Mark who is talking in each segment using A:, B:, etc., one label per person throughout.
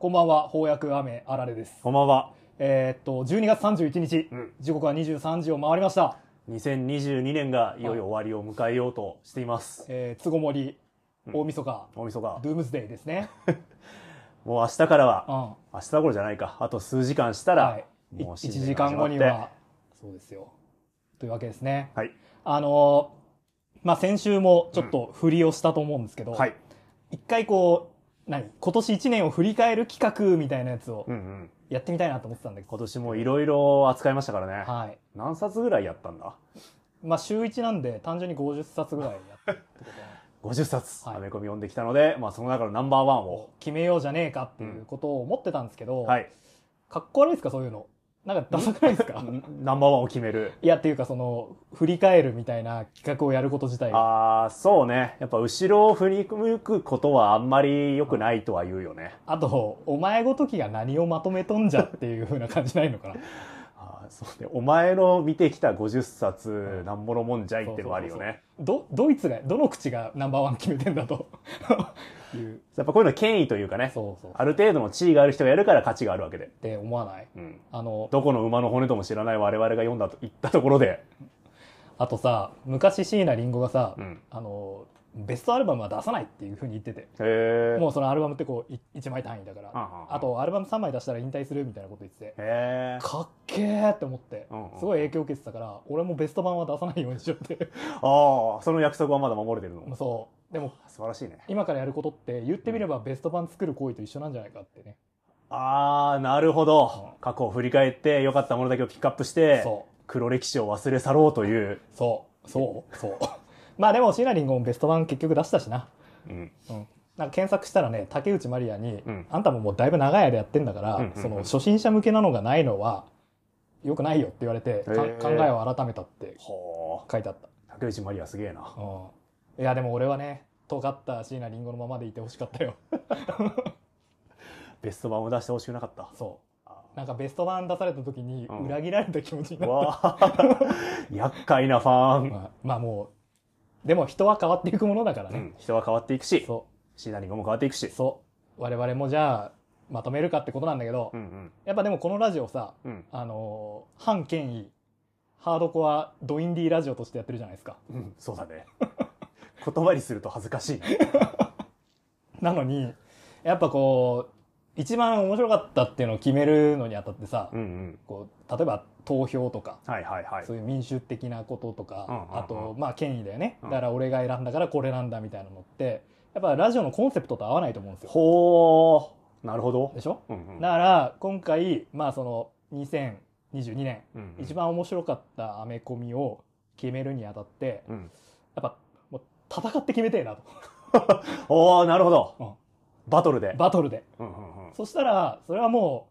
A: こんばんは、翻訳雨あられです。
B: こんばんは。
A: えーっと、12月31日、
B: うん
A: 時刻は23時を回りました。
B: 2022年がいよいよ終わりを迎えようとしています。
A: えー、つごもり、
B: うん
A: 大晦日、
B: 大晦日。
A: ドゥームズデイですね。
B: もう明日から
A: う
B: は、
A: ん。
B: 明日頃じゃないか。あと数時間した
A: は
B: ら
A: い、。
B: もう
A: 1
B: 新年
A: 時
B: が
A: 間
B: 始ま
A: 後
B: って
A: には、そうですよ。というわけですね。
B: はい。
A: あのーまあ、先週もちょっと振りをしたと思うんですけど、
B: はい。
A: 一回こう、何今年1年を振り返る企画みたいなやつを
B: うんうん。
A: やってみたいなと思ってたんだけど、
B: 今年もいろいろ扱いましたからね。
A: はい。
B: 何冊ぐらいやったんだ
A: まあ、週1なんで単純に50冊ぐらいやったってことなんで
B: ?50 冊、
A: はい
B: アメコミ読んできたので、まあその中のナンバーワンを。
A: 決めようじゃねえかっていうことを思ってたんですけど、
B: はい。
A: かっこ悪いですかそういうのなんかダサくないですか
B: ナンバーワンを決める。
A: いやっていうかその振り返るみたいな企画をやること自体が
B: ああ、そうね。やっぱ後ろを振り向くことはあんまり良くないとは言うよね。
A: あとお前ごときが何をまとめとんじゃっていう風な感じないのかな
B: あーそうね。お前の見てきた50冊、
A: ん
B: なんぼのもんじゃいってのはあるよね。
A: どドイツがどの口がナンバーワン決めてんだと いう
B: やっぱこういうのは権威というかね、
A: そうそう
B: ある程度の地位がある人がやるから価値があるわけで。
A: って思わない
B: うん。
A: あの
B: どこの馬の骨とも知らない我々が読んだと言ったところで、
A: あとさ昔椎名林檎がさ、
B: うん。
A: あのベストアルバムは出さないっていう風に言ってて
B: へえ。
A: もうそのアルバムってこう1枚単位だから
B: うんうんうん
A: あとアルバム3枚出したら引退するみたいなこと言ってて
B: へえ。
A: かっけーって思って
B: うんうん
A: すごい影響受けてたから俺もベスト版は出さないようにしようって
B: ああ、その約束はまだ守れてるの。
A: そうでも
B: 素晴らしいね。
A: 今からやることって言ってみればベスト版作る行為と一緒なんじゃないかってね
B: ああ、なるほど
A: う。
B: 過去を振り返って、良かったものだけをピックアップして、
A: そう
B: 黒歴史を忘れ去ろうという。
A: そうそうそう まあでも椎名林檎もベスト版結局出したしな,、
B: うん。
A: うん、なんか検索したらね竹内まりやに、
B: うん
A: あんたももうだいぶ長い間やってんだから、
B: うんうんうん
A: その初心者向けなのがないのはよくないよって言われて、か
B: へー
A: 考えを改めたって
B: ほ
A: 書いてあった
B: う。竹内まりやすげえな。
A: うんいやでも俺はね尖った椎名林檎のままでいてほしかったよ
B: ベスト版を出してほしくなかった。
A: そう
B: あー
A: なんかベスト版出された時に
B: うん
A: 裏切られた気持ち になった、
B: わあ、厄介なファン。
A: まあ、まあもうでも人は変わっていくものだから
B: う
A: ね、
B: ん。人は変わっていくし、
A: そ
B: シナリンゴも変わっていくし
A: う。そう我々もじゃあまとめるかってことなんだけど、
B: うんうん。
A: やっぱでもこのラジオさ
B: うん。
A: あのー反権威ハードコアドインディーラジオとしてやってるじゃないですか
B: うん、そうだね。 言葉にすると恥ずかしいな。
A: なのにやっぱこう一番面白かったっていうのを決めるのにあたってさ、
B: うんうん。
A: こう例えば投票とか
B: はいはいはい。
A: そういう民主的なこととか、
B: うんうんうん
A: あとまあ権威だよね、
B: うん
A: だから俺が選んだからこれなんだみたいなのってやっぱラジオのコンセプトと合わないと思うんですよ
B: ほー、なるほど
A: で。しょ
B: うんうん
A: だから今回まあその2022年
B: うんうん
A: 一番面白かったアメコミを決めるにあたって
B: うん。
A: やっぱもう戦って決めてえなと
B: おー、なるほど。
A: うん
B: バトルで。
A: バトルで
B: うんうんうん
A: そしたらそれはも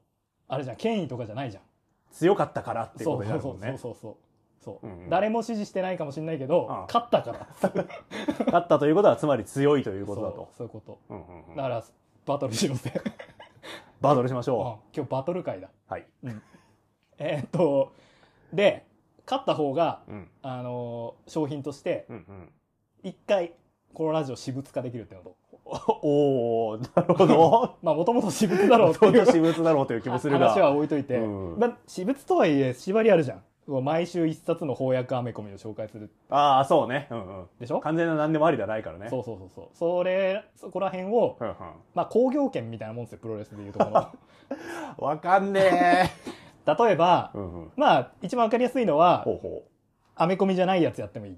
A: うあれじゃん権威とかじゃないじゃん
B: 強かったからっていう
A: そ
B: こ
A: う
B: とに
A: そ
B: な
A: う
B: る
A: そ
B: も
A: うんそうそう
B: ね。
A: そうそう、
B: うんうん
A: 誰も支持してないかもしれないけど、
B: うん
A: 勝ったから
B: 勝ったということは、つまり強いということだ
A: そう
B: と。
A: そういうこと
B: うんうんうん
A: だからバトルしようぜ
B: バトルしまし
A: う
B: ょ
A: ん今日バトル会だ。
B: う。はい。
A: えーっと、で、勝った方が、
B: うん。
A: あのー商品として、
B: うんうん。
A: 一回、このラジオ私物化できるっていうのと、
B: おー、なるほど。
A: まあ、もともと私物だろうって
B: 相
A: い
B: 当
A: う
B: 私物だろうという気もするが。
A: 話は置いといて、
B: うん
A: まあ、私物とはいえ、縛りあるじゃん。こう毎週一冊の翻訳アメコミを紹介する
B: ああ、そうね。うんうん。
A: でしょ
B: 完全な何でもありではないからね。
A: そうそうそうそう。それ、そこら辺を、
B: うんうん。
A: まあ、工業権みたいなもんですよ、プロレスでいうとこ ろ
B: わかんね
A: の。例えば
B: え。、うんうん。
A: まあ、一番わかりやすいのは、
B: ほうほ
A: アメコミじゃないやつやってもいい。
B: う。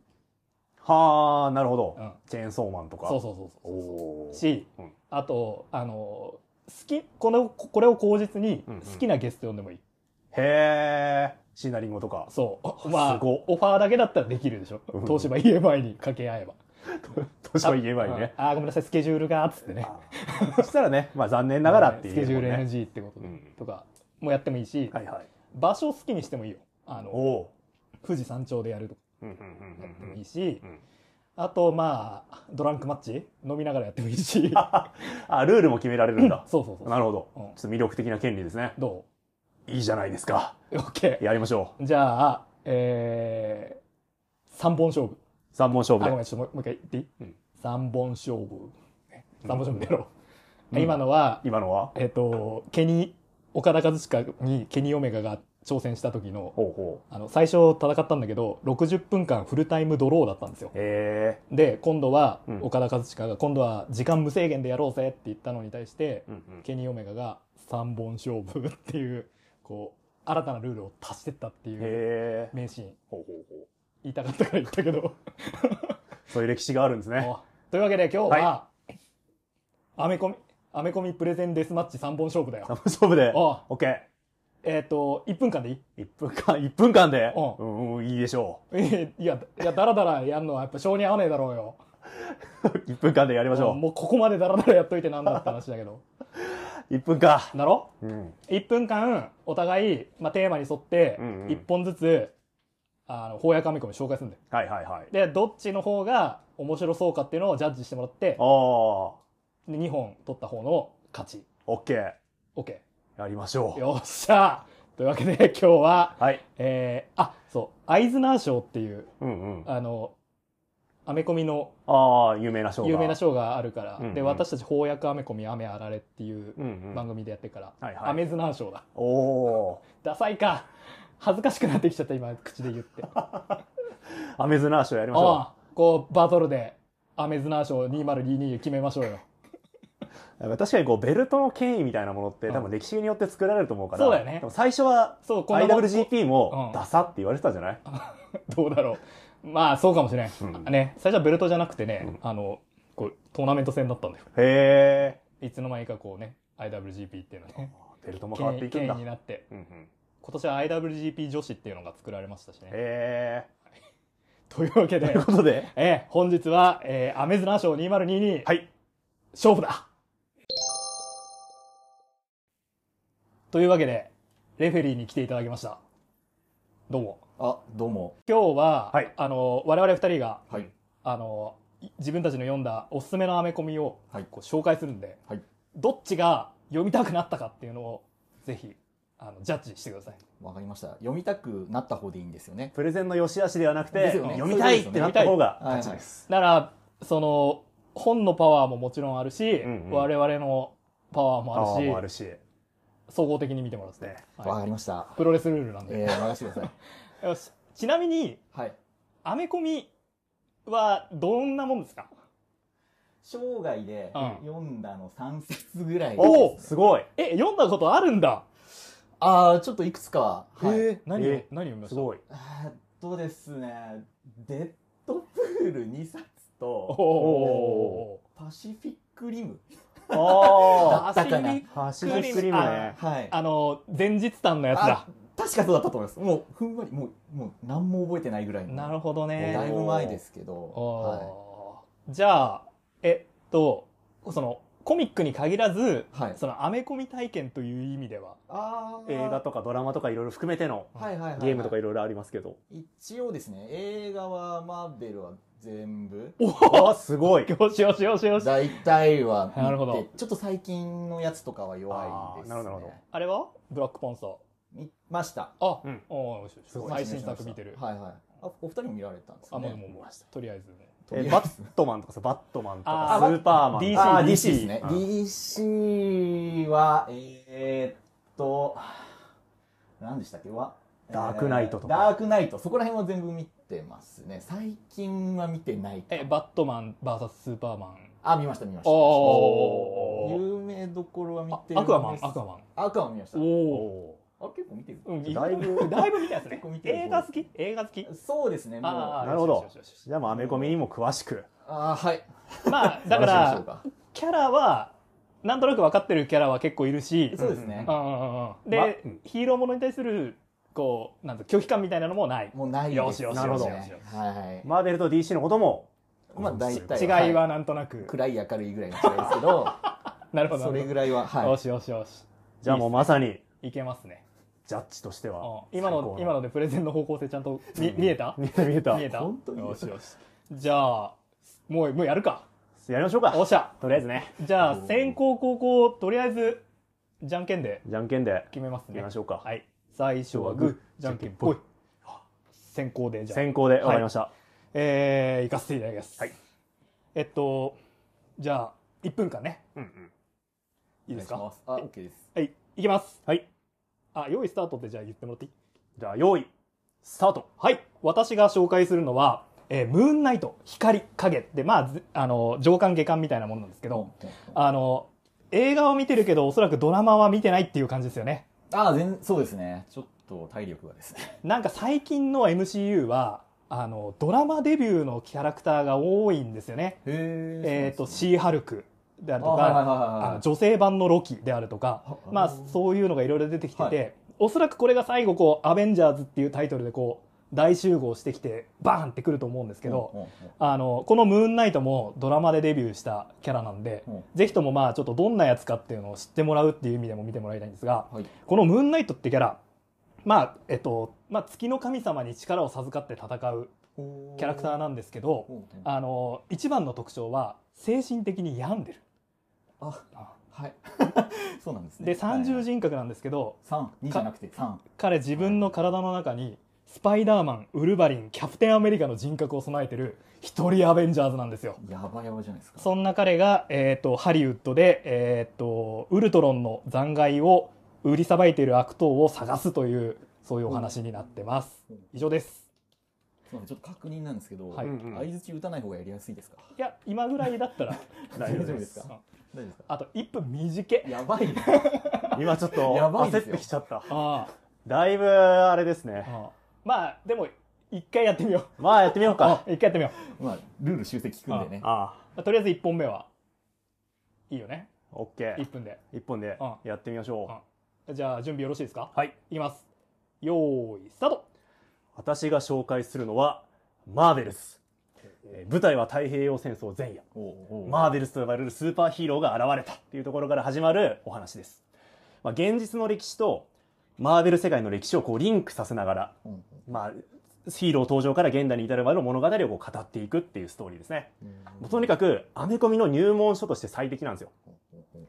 B: はあ、なるほど。
A: うん
B: チェーンソーマンとか。
A: そうそうそうそう。
B: おー
A: し、
B: うん
A: あとあの好きこのこれを口実に
B: うんうん
A: 好きなゲスト呼んでもいい、
B: へえ。シナリンゴとか。
A: そうまあ
B: すごっ
A: オファーだけだったらできるでしょ
B: うん
A: 東芝 EMI に掛け合えば
B: 年は言えばいいね。
A: ああごめんなさいスケジュールがっつってね
B: あーそしたらね、まあ残念ながらっていう、
A: ス
B: ね。
A: ケジュール NG ってことで、
B: うん
A: とかもやってもいいし、
B: はいはい。
A: 場所を好きにしてもいいよあ
B: お
A: の
B: お
A: 富士山頂でやるとか
B: ー。うんうん
A: やって
B: うん
A: も
B: う
A: い
B: ん
A: いし、
B: うん
A: あとまあドランクマッチ飲みながらやってもいいし
B: あ、ルールも決められるんだ。
A: そうそうそう
B: なるほど、
A: うん
B: ちょっと魅力的な権利ですね。
A: ど
B: いいじゃないですか。
A: う OK
B: やりましょう。
A: じゃあえー、3本勝負
B: 三本勝負
A: あ、ご
B: で。
A: めん、ちょっともうもう一回言っていい、
B: うん
A: 三本勝負。三本勝負出ろ。今のは、
B: 今のは
A: えっと、ケニ岡田和親にケニーオメガが挑戦した時の、
B: ほうほう
A: あの、最初戦ったんだけど、60分間フルタイムドローだったんですよ。
B: へ
A: で、今度は
B: うん、
A: 岡田和親が、今度は時間無制限でやろうぜって言ったのに対して
B: え、うんうん
A: ケニーオメガが3本勝負っていう、こう、新たなルールを足してったっていう
B: へえ
A: 名シーン。
B: ほうほうほう
A: 言いたかったから言ったけど。
B: そういう歴史があるんですね
A: おというわけで今日は、アメコミ、アメコミプレゼンデスマッチ3本勝負だよ。
B: 三本勝負で
A: お
B: OK
A: えっ、と、1分間でいい
B: 一分間一分間で
A: お
B: うんうんいいでしょ
A: えいや、いや、だらだらやんのはやっぱ性に合わねえだろうよ。
B: う一分間でやりましょ
A: もうここまでだらだらやっといてなんだって話だけど。
B: う一分間
A: だろ
B: うん
A: ?1 分間、お互い、まあ、テーマに沿って、
B: うんうん
A: 1本ずつ、あの、翻訳アメコミ紹介するんだよ。
B: はいはいはい
A: で、どっちの方が面白そうかっていうのをジャッジしてもらって
B: あ、あ
A: で2本取った方の勝ち。
B: OK
A: OK。
B: やりましょう
A: よっしゃというわけで今日は、
B: はい
A: えー、あ、そう、アイズナー賞っていう、
B: うんうん
A: あの、アメコミの
B: ああ有名な賞が
A: 有名な賞があるから、
B: うんうん
A: で、私たち翻訳アメコミ、雨あられっていう
B: うんうん
A: 番組でやってから、
B: はい
A: ア
B: はい
A: メズナー賞だ。
B: おお
A: ダサいか。恥ずかしくなってきちゃった、今、口で言って。あ
B: ーアメズナー賞やりましょ
A: あ、こう、バトルで、アメズナー賞2022決めましょうよ。
B: うなんか確かにこうベルトの権威みたいなものって
A: うん
B: 多分歴史によって作られると思うから
A: そうだよね
B: 多分最初は
A: そう、こんなもん
B: IWGP も
A: うん
B: ダサって言われてたんじゃない
A: どうだろう。まあ、そうかもしれん。
B: うん
A: ね、最初はベルトじゃなくてね、
B: うん
A: あの、こう、トーナメント戦だったんだよ。
B: へえ
A: いつの間にかこうね、IWGP っていうのね、
B: ベルトも変わって
A: 権威
B: いくんだ
A: になって、
B: うんうん
A: 今年は IWGP 女子っていうのが作られましたしね。
B: へえ
A: というわけ
B: とい
A: で
B: う、ことで
A: えー本日は、えー、アメズナー賞2022、
B: はい
A: 勝負だというわけで、レフェリーに来ていただきました。どうも。
C: あ、どうも。
A: 今日は、
B: はい
A: あの、我々二人が、
C: はい。
A: あの、い自分たちの読んだおすすめのアメコミを、
C: はい
A: こう紹介するんで、
C: はい
A: どっちが読みたくなったかっていうのを、ぜひ、あの、ジャッジしてください。
C: わかりました。読みたくなった方でいいんですよね。
B: プレゼンの良し悪しではなくて、
C: ですよね
B: 読みたいってなった方が
C: はい
B: 勝ちです。
A: なら、その、本のパワーももちろんあるし、
B: うんうん
A: 我々のパワーもあるし、
B: あるし。
A: 総合的に見てもらって、
B: ね
C: わ、
A: は
C: かりました。
A: いプロレスルールなんで。
C: えー、任せてください。
A: よしちなみに、
C: はい。
A: アメコミはどんなもんですか
C: 生涯で
A: うん
C: 読んだの3節ぐらいです、
B: おおすごい
A: え、読んだことあるんだ、
C: ああ、ちょっといくつかは。はい、
B: え
A: 何を、
B: え
A: 何を見まし
B: す
A: た
B: ごい。
C: あーっとですね、デッドプール2冊
A: お
C: と、
A: お
C: パシフィックリム。
B: あ
C: あったかな
A: パシフィック
B: あ。シフィックリムね。
C: はい。
A: あの、前日譚のやつだ。
C: 確かそうだったと思います。もう、ふんわり、もう、もう、何も覚えてないぐらいの。
A: なるほどね。
C: だいぶ前ですけど。は
A: おーじゃあ、えっと、その、コミックに限らず、
C: い。はい。
A: その、アメコミ体験という意味では、
C: あー
B: 映画とかドラマとかいろいろ含めての
C: はいはいはいはい、
B: ゲームとかいろいろありますけど。
C: 一応ですね映画はマーベルは全部
B: ああ、すごい。
A: よしよしよしよし。
C: 大体は見て
A: なるほど
C: ちょっと最近のやつとかは弱いです、ね、
B: あーなるほどなる
A: あれはブラックパンサー。
C: 見ました
A: あ、
B: うん
A: おーよしよし
B: すごい
A: 最新作見てる。
C: はいはいあお二人も見られたんです
A: あ、
C: かね
A: もうもうもう、とりあえずね。
C: と
B: え
C: りあえ
B: バッ
C: ず
B: トマンとかさ、バットマンと
A: あ
B: か、ス
A: ー
B: ーパーマンと
A: DC
B: か。
C: あー DC ですね、
B: うん
C: DC はえー、っと何でしたっけわ
B: ダークナイトとか
C: ダークナイトそこら辺は全部見てますね最近は見てないか
A: え、バットマン VS スーパーマン。
C: あ見ました見ました
A: おー
C: 有名どころは見
A: あ
C: てる
A: アクアマン
C: ん、です
A: アクアマン。
C: アクアマン見ました
A: おお。
B: お
C: あ結構見てる
A: うん、
B: だいぶ
A: だいぶ見たやつね
C: 結構見。てる
A: 映画好き映画好き
C: そうですねもう
A: あ
C: あ
A: あ、
B: なるほど
A: よしよしよし
B: ーじゃあもうアメコミにも詳しく。
C: あーはい
A: まあ、だか
C: 話しましょう
A: ら、
C: か
A: キャラは、なんとなく分かってるキャラは結構いるし、
C: そうですね
A: う、んうんうんうんで、
B: まうん
A: ヒーローものに対するこうなんだ拒否感みたいなのもない、
C: もうないです
A: よ
B: しよしなるほど
C: はいはい、
B: マーベルと DC のことも、
C: まあ大体
A: 違いは
C: は
A: なんとなく、
C: い暗い明るいぐらいの違いですけ ど
A: なるほど
C: そ
A: なる
C: れ
A: ほ
C: ぐらいは
A: どよ
C: は
A: しよしよし
B: じゃあもうまさに、
A: いけますね、
B: ジャッジとしては
A: うん、今の今のでプレゼンの方向性ちゃんと見見えた
B: 見えた見えた。
A: 見え
B: や
A: た
C: 本当に
A: よしよしじゃあもうもうやるか
B: りましょうか
A: お。っしゃ
B: とりあえずね、
A: じゃあ先行後攻とりあえずじゃんけんで
B: じゃんけんで
A: 決めます
B: やり
A: ね
B: ましょうか。
A: はい最初はグーじゃんけんぽい先行でじゃあ
B: 先行でわかりました。
A: えー、行かせていただきます。
B: はい。
A: えっと、じゃあ、 1分間ね。
B: うんうん。
A: いいですか
C: お願しますあ、OK です。
A: はい、いきます。
B: はい。
A: あ、用意スタートってじゃあ言ってもらっていい
B: じゃあ、用意、スタート。
A: はい、私が紹介するのは、えームーンナイト、光、影で、まあ、ずあの、上巻下巻みたいなものなんですけど、あの、映画を見てるけど、おそらくドラマは見てないっていう感じですよね。
C: ああ、全、そうですね。ちょっと体力がです ね。
A: なんか最近の MCU は、あの、ドラマデビューのキャラクターが多いんですよね。
C: へ
A: えっ、と、
C: ー
A: シーハルクである
C: と
A: と
C: はいはい
A: か、
C: はい
A: あ
C: は
A: の
C: い。
A: 女性版のロキであるとか、
C: あ
A: まあ、
C: あの
A: そういうのがいろいろ出てきてて、
C: は
A: おそらくこれが最後こう「アベンジャーズ」っていうタイトルでこう大集合してきてバーンってくると思うんですけど、
C: うんうん
A: あのこの「ムーンナイト」もドラマでデビューしたキャラなんで、
C: うん
A: ぜひともまあちょっとどんなやつかっていうのを知ってもらうっていう意味でも見てもらいたいんですが
C: うんはい。
A: この「ムーンナイト」ってキャラまあえっと、まあ、月の神様に力を授かって戦うキャラクターなんですけど
C: うんうん
A: あの一番の特徴は精神的に病んでる。
C: あ、
A: あ
C: はい。 そうなんですね。
A: で三重
C: 時。
A: 人格なんですけど、
C: 三、二じゃなくて三。
A: 彼自分の体の中にスパイダーマンウルヴァリンキャプテンアメリカの人格を備えてる一人アベンジャーズなんですよ
C: やばやばじゃないですか。
A: そんな彼が、えー、とハリウッドで、えー、とウルトロンの残骸を売りさばいている悪党を探すというそういうお話になってます
C: うん
A: 以上です
C: すいませんちょっと確認なんですけど、
A: はい
B: うんうん
C: 相槌打たない方がやりやすいですか。
A: いや今ぐらいだったら
B: 大丈夫
C: で
B: ですす
C: か。大丈夫ですか。
A: あと1分短い
C: やばいね。
B: 今ちょっと
C: やばいです
B: 焦
C: よ
B: ってきちゃった。
A: あ
B: だいぶ、あれです
A: あ
B: ね。
A: ああまあでも一回やってみよう
B: まあ、やってみよう
A: あ
B: か。
A: 一回やってみよ
C: まあルール修正聞くんでね。
B: ああ、
A: うとりあえず1本目はいいよね
B: オッケ
A: 1
B: ー。
A: 分で
B: 一本で
A: うん
B: やってみましょ
A: じゃあ準備よろしいですか
B: う。はい。
A: いきます。よーい、スタート
B: 私が紹介するのは、マーベルス。えー舞台は太平洋戦争前夜。
C: おうおう
B: マーベルスと呼ばれるスーパーヒーローが現れたっていうところから始まるお話です。まあ、現実の歴史とマーベル世界の歴史をこうリンクさせながら、
C: うん
B: まあ、ヒーロー登場から現代に至るまでの物語をこう語っていくっていうストーリーですね。もうとにかく、アメコミの入門書として最適なんですよ。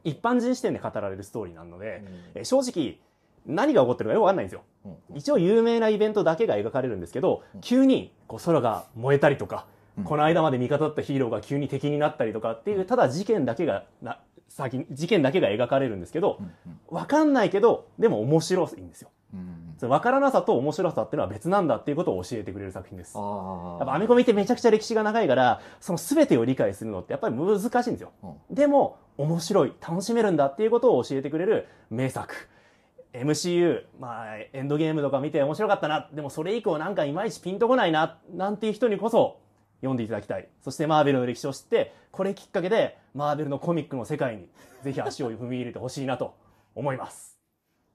B: 一般人視点で語られるストーリーなので、えー正直、何が起こってるかよくわかんないんですよ。
C: うんうん
B: 一応有名なイベントだけが描かれるんですけど、急にこう空が燃えたりとか、
C: うん
B: この間まで味方だったヒーローが急に敵になったりとかっていう、ただ事件だけがな、先に、事件だけが描かれるんですけど
C: う、んうん
B: わかんないけど、でも面白いんですよ。
C: うんうん
B: そのわからなさと面白さっていうのは別なんだっていうことを教えてくれる作品です。
C: あ
B: や
C: あ。
B: っぱアメコミってめちゃくちゃ歴史が長いから、その全てを理解するのってやっぱり難しいんですよ。
C: うん
B: でも、面白い、楽しめるんだっていうことを教えてくれる名作。MCU、まあ、エンドゲームとか見て面白かったな、でもそれ以降なんかいまいちピンとこないな、なんていう人にこそ読んでいただきたい。そしてマーベルの歴史を知って、これきっかけでマーベルのコミックの世界にぜひ足を踏み入れてほしいなと思います。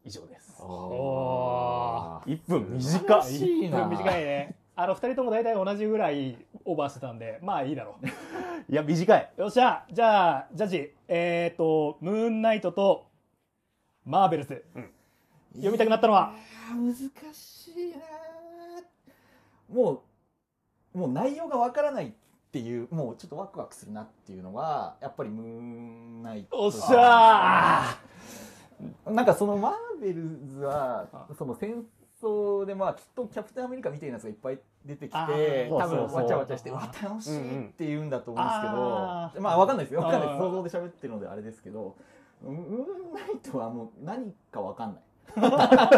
B: 以上です。
A: お
C: あー
B: 1分
C: 素
B: 短
C: 晴ら
B: い。
C: しいな。
A: 短いね。あの、二人とも大体同じぐらいオーバーしてたんで、まあいいだろう。
B: いや、短い。
A: よっしゃじゃあ、ジャッジ、えっ、ー、と、ムーンナイトと、マーベルス。読みたくなったのはい
C: やー難しいなーもうもう内容がわからないっていうもうちょっとワクワクするなっていうのがやっぱりムーンナイト
A: おっしゃ
C: なんかそのマーベルズは
A: あ
C: その戦争でまあきっとキャプテンアメリカみたいなやつがいっぱい出てき
A: あー
C: て多
B: そうそう
C: 分
B: そう
C: わちゃわちゃして
A: あー
C: わ楽しいって言うんだと思うんですけど、
A: あー
C: まあわかんないですよわかんないで
A: あ
C: す
A: ー
C: 想像で喋ってるのであれですけどムーンナイトはもう何かわかんない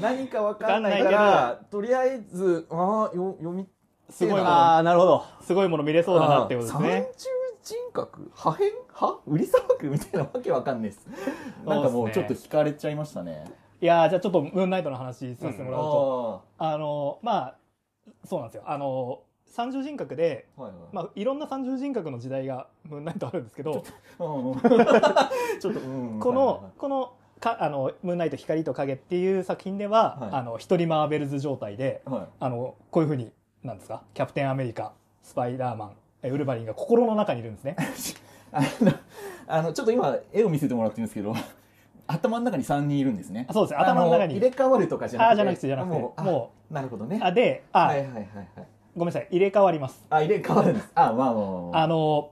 C: 何かわかんないから
A: わかん
C: とりあえずああよ読み
A: ーすごいもの、
B: あー、なるほど。
A: すごいもの見れそうだなってことですね。
C: 三重人格破片は売りさばくみたいなわけわかんな いです。なんかもうちょっと惹かれちゃいましたね。
A: いやーじゃあちょっとムーンナイトの話させても
C: あ
A: らうと。あの、まあ、そうなんですよ。あの、三重人格で、
C: あ、はいはい。
A: まあ、いろんな三重人格の時代がムーンナイトあるんですけど、
C: うんうんちょっと、うん
A: こ
C: はいはいは
A: の、この、か、あの、ムーンナイト光と影っていう作品では、
C: はい
A: あの、一人マーベルズ状態で、
C: いはい
A: あの、こういうふうに、なんですか、キャプテンアメリカ、スパイダーマン、えウルヴァリンが心の中にいるんですね。
C: あの、あの、ちょっと今、絵を見せてもらってるんですけど、 頭の中に3人いるんですね
A: あ。そうですね、頭の中
C: あ入
A: に
C: れ。替わるとかじゃな
A: あ
C: くて。
A: あ、じゃなくて、じゃなくて。
C: もう、も
A: も
C: う、なるほどね
A: う、。あ、で、あ、
C: はいはいはいはい。
A: ごめんなさい、入れ替わります。
C: あ、入れ替わるんです。あ、まあまあまあまあ。
A: あの、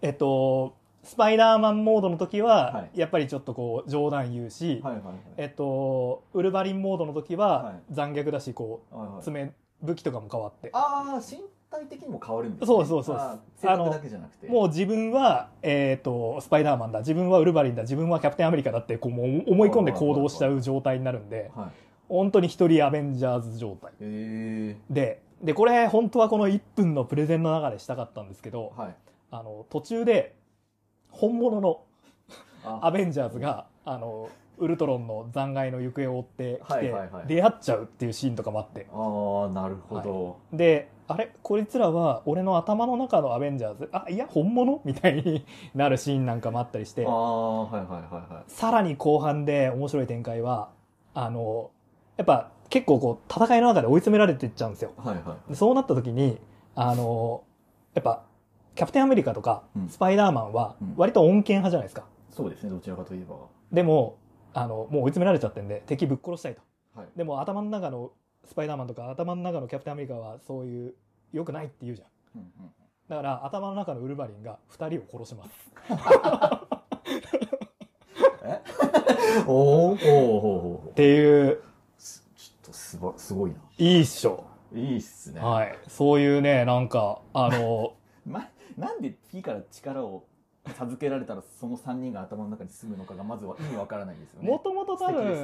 A: えっと、スパイダーマンモードの時は、
C: はい
A: やっぱりちょっとこう、冗談言うし、
C: はいはいはい。
A: えっと、ウルヴァリンモードの時は、
C: はい
A: 残虐だし、こう、
C: はいはい
A: 爪、武器とかも変わって。
C: ああ、進体的にも変わるんです、ね、
A: そうそうそう
C: あー性格だけじゃなくて
A: もう自分は、えー、とスパイダーマンだ自分はウルヴァリンだ自分はキャプテンアメリカだってこうもう思い込んで行動しちゃう状態になるんで
C: はい
A: 本当に一人アベンジャーズ状態
C: え
A: ででこれ本当はこの1分のプレゼンの中でしたかったんですけど
C: ー、はい
A: あの途中で本物のア
C: あ
A: ベンジャーズがあのウルトロンの残骸の行方を追ってき
C: はい
A: て
C: はいはい
A: 出会っちゃうっていうシーンとかもあって
C: あーなるほど、
A: であれこいつらは俺の頭の中のアベンジャーズあいや本物みたいになるシーンなんかもあったりして
C: ああはいはいはいはい
A: さらに後半で面白い展開はあのやっぱ結構こう戦いの中で追い詰められていっちゃうんですよ
C: はいはい
A: でそうなった時にあのやっぱキャプテンアメリカとか
C: うん
A: スパイダーマンは
C: うん
A: 割と穏健派じゃないですか、
C: そうですねどちらかといえば
A: でもあのもう追い詰められちゃってんで敵ぶっ殺したいと
C: はい
A: でも頭の中のスパイダーマンとか頭の中のキャプテンアメリカはそういう良くないって言うじゃん
C: うんうん
A: だから頭の中のウルヴァリンが2人を殺します
C: えおーおーおーおー
A: っていう
C: すちょっとすばすごいない
A: いっしょ、
C: いいっすね、
A: はいそういうねなんかあの
C: ま、なんで P から力を授けられたらその3人が頭の中に住むのかがまずは意味わからないですよね
A: もともと多
C: 素敵です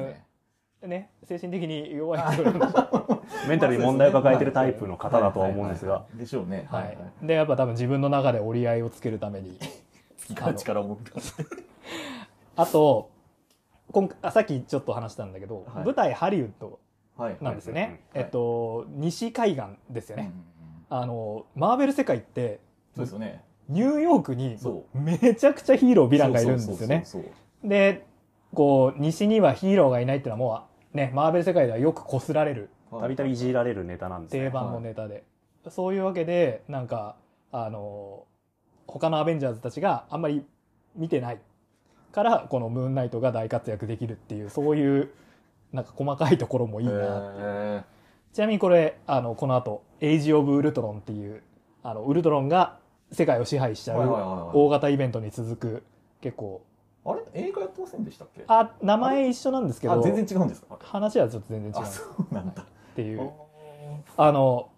A: 分
C: ね
A: ね精神的に弱い人なんでしょう
B: メンタルに問題を抱えてるタイプの方だとは思うんです
C: は
B: が
C: いはい、はいでしょうね
A: はいでやっぱ多分自分の中で折り合いをつけるために
C: 月から力を持って
A: あと今回あさっきちょっと話したんだけど、
C: はい
A: 舞台ハリウッド
C: はい
A: なんですよね、
C: は
A: え
C: い
A: っと西海岸ですよ
C: うんうんう
A: ね、
C: ん
A: あのマーベル世界って
C: そうですよね
A: ニューヨークに
C: そ
A: めちゃくちゃヒーローヴィランがいるんですよね
C: そうそうそうそう
A: でこう西にはヒーローがいないっていうのはもうねマーベル世界ではよくこすられる
B: たびたびいじられるネタなんですね
A: 定番のネタで、そういうわけでなんかあの他のアベンジャーズたちがあんまり見てないからこのムーンナイトが大活躍できるっていうそういうなんか細かいところもいいな、
C: へ
A: ちなみにこれあのこの後エイジ・オブ・ウルトロンっていうあのウルトロンが世界を支配しち
C: ー
A: ゃ
C: はいはいはいうはい
A: 大型イベントに続く結構
C: あれ映画やってませんでしたっけ
A: あ名前一緒なんですけ
C: あ
A: ど
C: 全然違うんですか
A: 話はちょっと全然違
C: あ
A: う
C: そうなんだ
A: っていうあの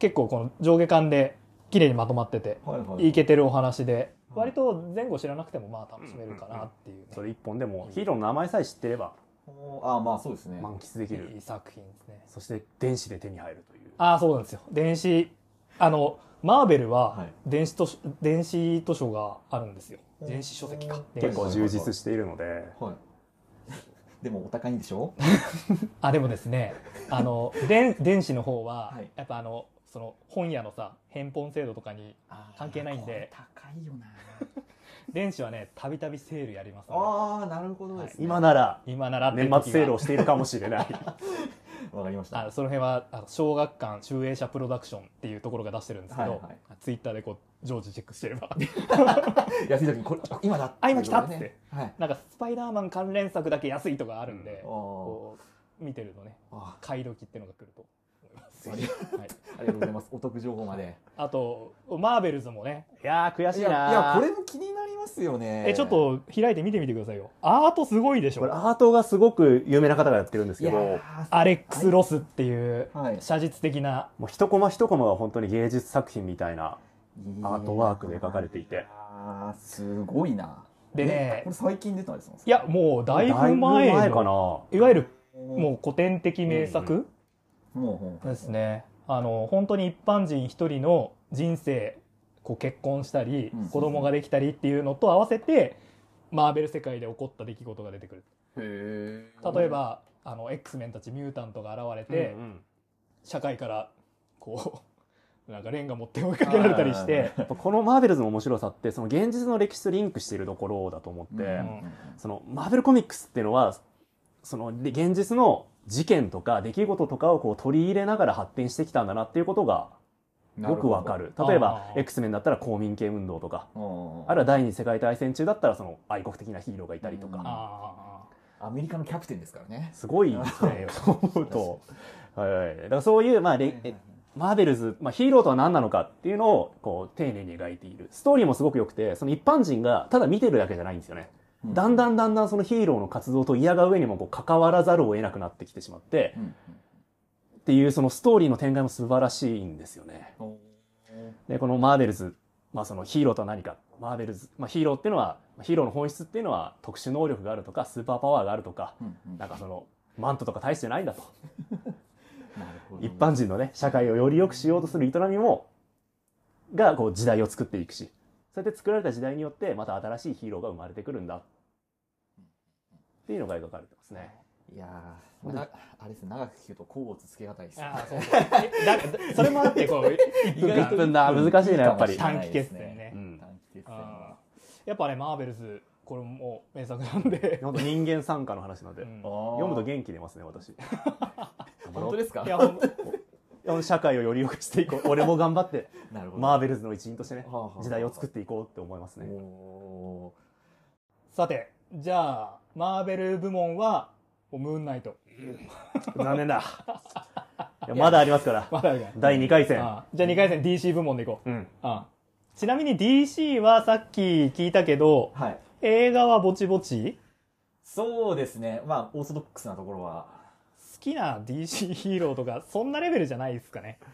A: 結構この上下巻で綺麗にまとまってて
C: はいはい
A: いけてるお話で
C: うん
A: 割と前後知らなくてもまあ楽しめるかなっていうね
B: それ一本でもヒーローの名前さえ知ってれば
C: あまあそうですね
B: 満喫できる
A: いい作品ですね
B: そして電子で手に入るという
A: ああそうなんですよ電子あのマーベル
C: は
A: はい電子図書電子図書があるんですよ
C: うん
A: 電子書籍か
C: うん
B: 結構
A: 電子
B: 充実しているので
C: はいでもお高いんでしょ
A: あでもですねあの電電子の方は
C: はい
A: やっぱあのその本屋のさ返本制度とかに関係ないんで
C: あーこれ高いよな
A: 電子はねたびたびセールやりますの
C: ああなるほどですね
B: 今なら
A: で今ならっていう時
B: 年
A: が
B: 末セールをしているかもしれ ない
C: わかりました
A: あその辺はあの小学館集英社プロダクションっていうところが出してるんですけど、
C: はいはい
A: ツイッターでこう常時チェックしてれば
C: 安い時にこれ今だ
A: あ今来た
C: ていうことでねはい
A: なんかスパイダーマン関連作だけ安いとかあるんで、
C: あー
A: こう見てるとね
C: あ
A: 買い時っていうのが来ると思います、
C: あり
A: はい、
C: ありがとうございますお得情報 まで
A: あとマーベルズもね、
B: いやー悔し
C: い
B: い
C: やい
B: なー
C: やこれも気になりますよね
A: えちょっと開いて見てみてくださいよアートすごいでし
B: これ
A: ょ
B: アートがすごく有名な方がやってるんです
C: い
B: け
C: や
B: ど
C: ー
A: アレックス・ロスっていう
C: はい
A: 写実的な
B: もう一コマ一コマが本当に芸術作品みたいなアートワークで描かれていて
C: あーすごいな
A: でね
C: えこれ最近出たやつなんです
A: い
C: か
A: やもうだいぶ前の
B: だいぶかない
A: わゆる
C: も
A: もう古典的名作、
B: うん
C: うもう
A: ですねあの本当に一般人一人の人生こう結婚したり、
C: うん
A: 子供ができたりっていうのと合わせてマーベル世界で起こった出来事が出てくる
C: へー
A: 例えば、あの X メンたちミュータントが現れて、
B: うんうん
A: 社会からこう なんかレンガ持って追いかけられたりして
B: やっぱこのマーベルズの面白さってその現実の歴史とリンクしているところだと思って、
A: ん
B: そのマーベルコミックスっていうのはその現実の事件とか出来事とかをこう取り入れながら発展してきたんだなっていうことがよくわかる
A: ほど
B: 例えば
A: あー
B: X メンだったら公民権運動とかあ
C: あ
B: るいは第二次世界大戦中だったらその愛国的なヒーローがいたりと
C: うん
B: か、
A: あ
C: アメリカのキャプテンですからね
B: すごいです ねそう思うと、はいはい、だからそういう、まあ、れえマーベルズ、まあ、ヒーローとは何なのかっていうのをこう丁寧に描いているストーリーもすごく良くてその一般人がただ見てるだけじゃないんですよねだん
C: だん
B: だんだんだんそのヒーローの活動と嫌がう上にもこう関わらざるを得なくなってきてしまって
C: うん
B: っていうそのストーリーの展開も素晴らしいんですよね。
C: おー
B: で、このマーベルズ、まあそのヒーローとは何か、マーベルズ、まあヒーローっていうのは、ヒーローの本質っていうのは特殊能力があるとか、スーパーパワーがあるとか、
C: うんうん
B: なんかその、マントとか大してないんだと。
C: なるほど
B: 一般人のね、社会をより良くしようとする営みも、がこう時代を作っていくし、そうやって作られた時代によって、また新しいヒーローが生まれてくるんだ。っていうのが描かれてますね。
C: いやーなあれですね長く聞くと交互つけがたいですね
A: ああ、そうえだだそれもあって、こ う、一
C: 意
A: 分
C: 外
A: 間
C: と
B: 1分だ、難しいな、やっぱ
C: いい
B: り
C: か。もし
A: 短期決戦ね
B: う。ん
C: 短期決戦
A: あ
C: は
A: ーやっぱね、マーベルズ、これも名作なん で。
B: 本当人間参加の話なので、
A: うん
B: 読むと
C: ゲ
B: 元気出ますね、私。
C: 本当ですか
A: いや、ほんと
B: 社会をより良くしていこ う。俺も頑張って、
C: なるほど
B: マーベルズの一員としてね、
C: はあはあ
B: 時代を作っていこうって思いますね。
C: お
A: さて、じゃあ、マーベル部門は、もうムーンナイト。
B: 残念だ。いやまだありますから。
A: まだあるから
B: 第2回戦。
A: あーじゃあ2回戦 DC 部門でいこう。
B: うん。
A: あーちなみに DC はさっき聞いたけど
C: ー、はい
A: 映画はぼちぼち
C: そうですねまあオーソドックスなところは
A: 好きな DC ヒーローとか、そんなレベルじゃないですかね。
C: 好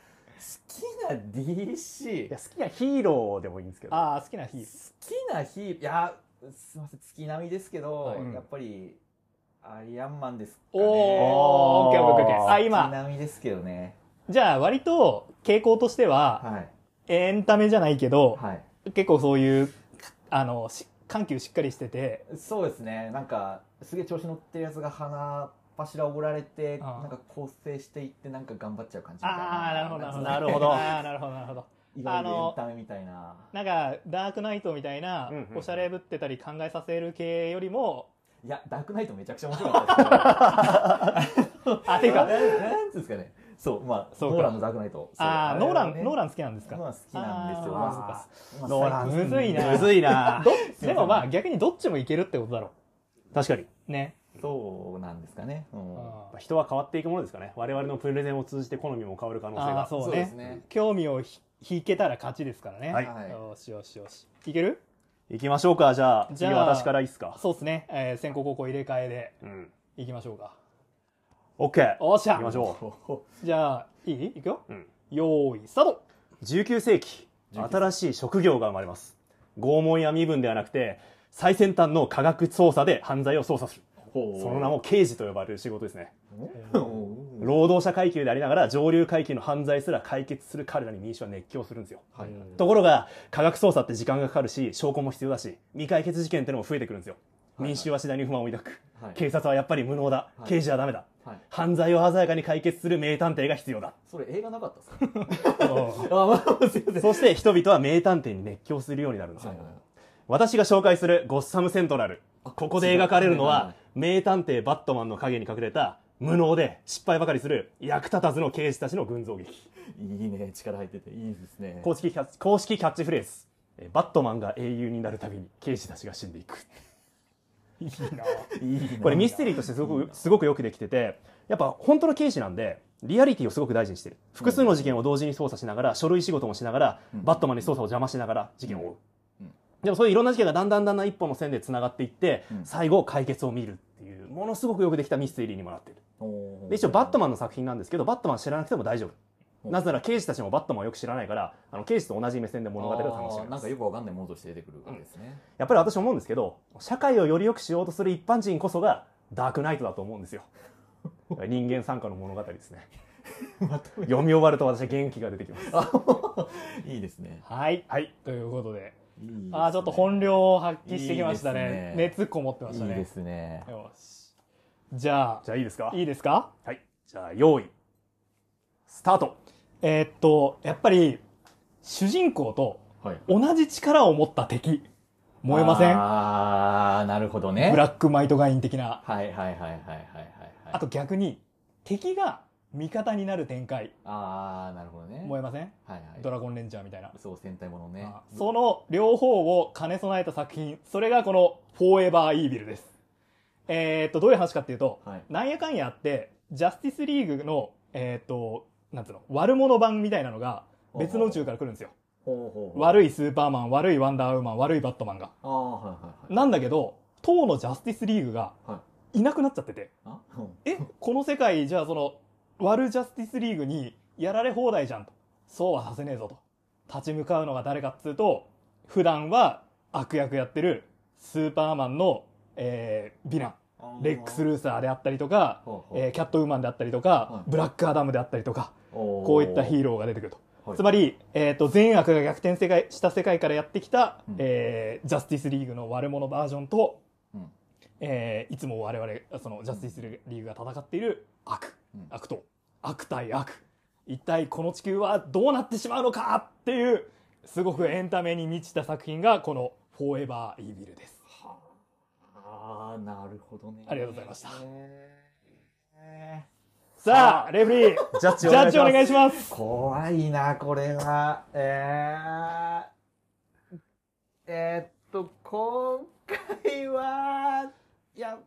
C: きな DC
B: いや好きなヒーローでもいいんですけど。
A: ああ、好きなヒーロー。
C: 好きなヒーローいやすいません月並みですけど、
A: はい
C: やっぱりアイアンマンですか
A: お
C: ね
A: ー、オッケーオッケーオッケー。あ、
C: 月
A: 今、
C: 並みですけどね
A: じゃあ割と傾向としては、
C: はい
A: エンタメじゃないけど、
C: はい
A: 結構そういう、あの、し緩急しっかりしてて、
C: そうですねなんかすげえ調子乗ってるやつが鼻柱おごられて
A: ああ
C: なんか構成していってなんか頑張っちゃう感じみたいな
A: ああ、なるほど、なるほど。
B: なるほど
A: ああ、なるほど、なるほど。
C: いわゆる
A: あ
C: エ
A: の
C: ンタメみたいな
A: なんか、ダークナイトみたいな
B: うんうんう、ん
A: おしゃれぶってたり考えさせる系よりも、
C: いやダークナイトめちゃくちゃ面白 かった
A: あ、てい
C: です
A: うか、
C: けどななんつうんですかねそうまあ
A: そうか
C: ノーランのダークナイト
A: ああ、ノーラン、ノー
C: ラン
A: ラン好きなんです
C: ノー
A: か
C: ラン好きなんですよ
A: あーそうか
C: まあ
B: ノーラン
C: 最近
A: むずいな
B: むずいな
A: どでもまあ、逆にどっちもいけるってことだろ
B: 確かに。
A: う。ね。
C: そうなんですかねうん
A: あー
B: 人は変わっていくものですかね。我々のプレゼンを通じて好みも変わる可能性
A: あ
B: が
A: ー、。そう
C: そうです
A: ね
C: ね。
A: 興味をひ引けたら勝ちですからね。
B: はい
C: はい
A: よしよしよし。いける
B: 行きましょうか、じゃあ。
A: じゃあ
B: 次私からいいっすか。
A: そうですね。えー先行後攻入れ替えで
B: うん。
A: いきましょうか。
B: OK。
A: おっしゃ
B: 行きましょう。
A: じゃあ、いいいくよ。
B: うん
A: よーい、スタート
B: 19世紀新しい職業が生まれます拷問や身分ではなくて最先端の科学捜査で犯罪を捜査する
C: ほう
B: その名も刑事と呼ばれる仕事ですね
C: うん
B: 労働者階級でありながら上流階級の犯罪すら解決する彼らに民主は熱狂するんですよ
C: はい
B: ところが科学捜査って時間がかかるし証拠も必要だし未解決事件ってのも増えてくるんですよ
C: いはい
B: 民衆は次第に不満を抱く、
C: はい
B: 警察はやっぱり無能だ、
C: はい
B: 刑事はダメだ
C: はい
B: 犯罪を鮮やかに解決する名探偵が必要だ
C: それ映画なかったですか
A: お
C: あまあすいません
B: そして人々は名探偵に熱狂するようになるんですよ、
C: はいはい
B: 私が紹介するゴッサムセントラル。ここで描かれるの
C: はいはいは、
B: はい名探偵バットマンの影に隠れた、無能で失敗ばかりする役立たずの刑事たちの群像劇。
C: いいね力入ってていいですね
B: 公式キャッチ公式キャッチフレーズ。えバットマンが英雄になるたびに刑事たちが死んでいく。
A: いいない
C: いね
B: これミステリーとしてすごく、すごくよくできてて、やっぱ本当の刑事なんで、リアリティをすごく大事にしてる。複数の事件を同時に捜査しながら、書類仕事もしながら、
C: うん
B: バットマンに捜査を邪魔しながら事件を追う
C: うんうん。
B: でもそういういろんな事件がだんだんだんだん一本の線で繋がっていって
C: う、ん
B: 最後解決を見るっていう、ものすごくよくできたミステリーにもなってる。
C: おー
B: で、一応バットマンの作品なんですけど、バットマン知らなくても大丈
C: う
B: 夫。
C: ん
B: なぜなら刑事たちもバットマンをよく知らないから、あの刑事と同じ目線で物語を楽し
C: あ
B: め
C: ーな
B: ま
C: んか
B: す
C: よ。くわかんないモードして出てくるわけですね、
B: やっぱり私思うんですけど、社会をより良くしようとする一般人こそがダークナイトだと思うんです よ。人間参加の物語ですね。
C: まとめ
B: 読み終わると私は元気が出てきます。
C: いいですね
A: はい。
B: はい。
A: ということで。
C: いいですね
A: ああ、ちょっと本領を発揮してきました
C: いい
A: ね。
C: ですね
A: 熱こもってました
C: いいで
A: ね。
C: すね
A: よし。じゃ
B: じゃあいいですか
A: あ、いいですか
B: はい。じゃあ、用意。スタート。
A: えーっと、やっぱり、主人公と
C: はい
A: 同じ力を持った敵、燃えません
C: ああなるほどね
A: ブラックマイトガイン的な。
C: はいはいはいはいはいはいはい
A: あと逆に、敵が味方になる展開、
C: あーなるほどね
A: 燃えません
C: はいはい
A: ドラゴンレンジャーみたいな。
C: そう戦隊ものね
A: あその両方を兼ね備えた作品、それがこの、フォーエバーイービルです。えーっと、どういう話かっていうと、
C: はい
A: なんやかんやあって、ジャスティスリーグの、えーっと、なんつうの、悪者版みたいなのが、別の宇宙から来るんですよ。
C: ほうほうい
A: 悪いスーパーマン、悪いワンダーウーマン、悪いバットマンが。
C: あーはいはいはい
A: なんだけど、当のジャスティスリーグが
C: はい
A: なくなっちゃってて、
C: あうん
A: え、この世界、じゃあその、悪ジャスティスリーグにやられ放題じゃんと。そうはさせねえぞと。立ち向かうのが誰かっつうと、普段は悪役やってるスーパーマンの、えー、ヴィラン。レックス・ルーサーであったりとか、
C: ほうほう
A: えーキャットウーマンであったりとか
C: は、い
A: ブラック・アダムであったりとか、こ
C: こ
A: ういったヒーローが出てくると。
C: はい
A: つまり、えっ、と、善悪が逆転世界した世界からやってきた、
C: うん
A: えージャスティスリーグの悪者バージョンと、
C: うん
A: えーいつも我々、その、ジャスティスリーグが戦っている悪、
C: うん
A: 悪と、悪対悪。一体この地球はどうなってしまうのかっていう、すごくエンタメに満ちた作品が、この、フォーエバーイービルです。
C: はああなるほどね
A: ありがとうございました
C: へえ
A: さあ、レフリー、
B: ジャッジ
A: ジ
B: お願
A: ャ
B: い
A: ッ
B: し
A: ジお願いしま
B: ます。
A: す。
C: 怖いなこれはえーえーっと今回はやっ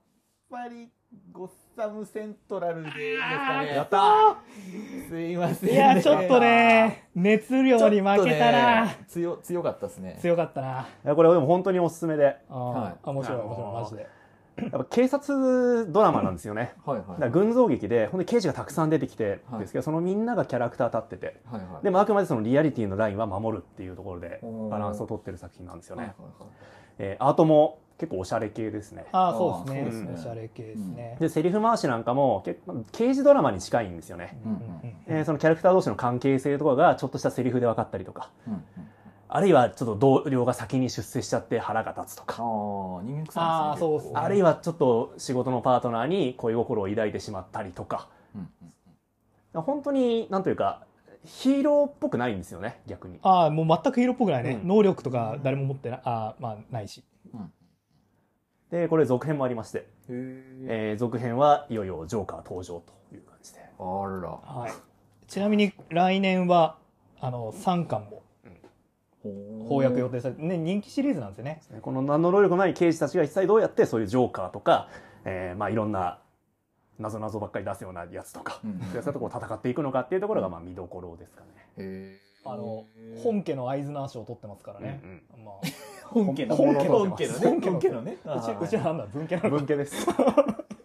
C: ぱりゴッサムセントラルでいいですかね
B: やったー
C: すいません
A: い
C: ね、
A: や、ちょっとね、熱
C: ちょっ
A: 量
C: と
A: に
C: ね
A: 負けたな。
C: 強強かったですね
A: 強かったな。
B: いやこれでも本当におすすめで。
A: あ、は
C: はい
A: い、面白い、
B: あのー
A: 面白い、マジで。
B: やっぱ警察ドラマなんですよね。
C: はい
B: だ
C: は
B: から
C: い
B: 群像劇で、ほんで刑事がたくさん出てきてですけど、そのみんながキャラクター立ってて。
C: はいはい
B: でもあくまでそのリアリティのラインは守るっていうところで
C: おー
B: バランスを取ってる作品なんですよ
C: はいは
B: ね
C: い。はい
B: えーアートも結構おしゃれ系ですね。
A: ああ、そうで
C: あ
A: す
C: ーそう
A: ね。
C: で
A: お
C: す
A: し
C: ね
A: ゃれ系ですね。
B: で、セリフ回しなんかも結構刑事ドラマに近いんですよね。
C: うんう
A: うん
C: ん
B: えーそのキャラクター同士の関係性とかがちょっとしたセリフで分かったりとか、
C: うんうん
B: あるいはちょっと同僚が先に出世しちゃって腹が立つと
C: あ
B: か、
C: ー人間臭いですね
A: あーそうっすね
B: あるいはちょっと仕事のパートナーに恋心を抱いてしまったりとか、
C: うん
B: 本当に、なんというか、ヒーローっぽくないんですよね、逆に。
A: ああ、もう全く色っぽくないね。
B: うん
A: 能力とか誰も持ってない、ああ、まあ、ないし。
C: うん
B: で、これ続編もありまして、
C: うんへえ
B: えー続編はいよいよジョーカー登場という感じで。
C: あら
A: はい。ちなみに、来年は、あの、3巻も
C: 翻
A: 翻訳予定されて、ね、人気シリーズなんですよね。
B: この何の能力もない刑事たちが一体どうやってそういうジョーカーとか、えーまあいろんな謎々ばっかり出すようなやつとか、
C: うん
B: そういうやつとこう戦っていくのかっていうところがまあ見どころですかね。
C: へー
A: あの、本家のアイズナー賞を取ってますからね
B: う。ん
A: まあ、
C: 本家の
B: 本家の
C: 本家のね
A: 本家の
C: ね
A: うち、うちはなんだ、文系な
B: うん
A: の
B: 文系です。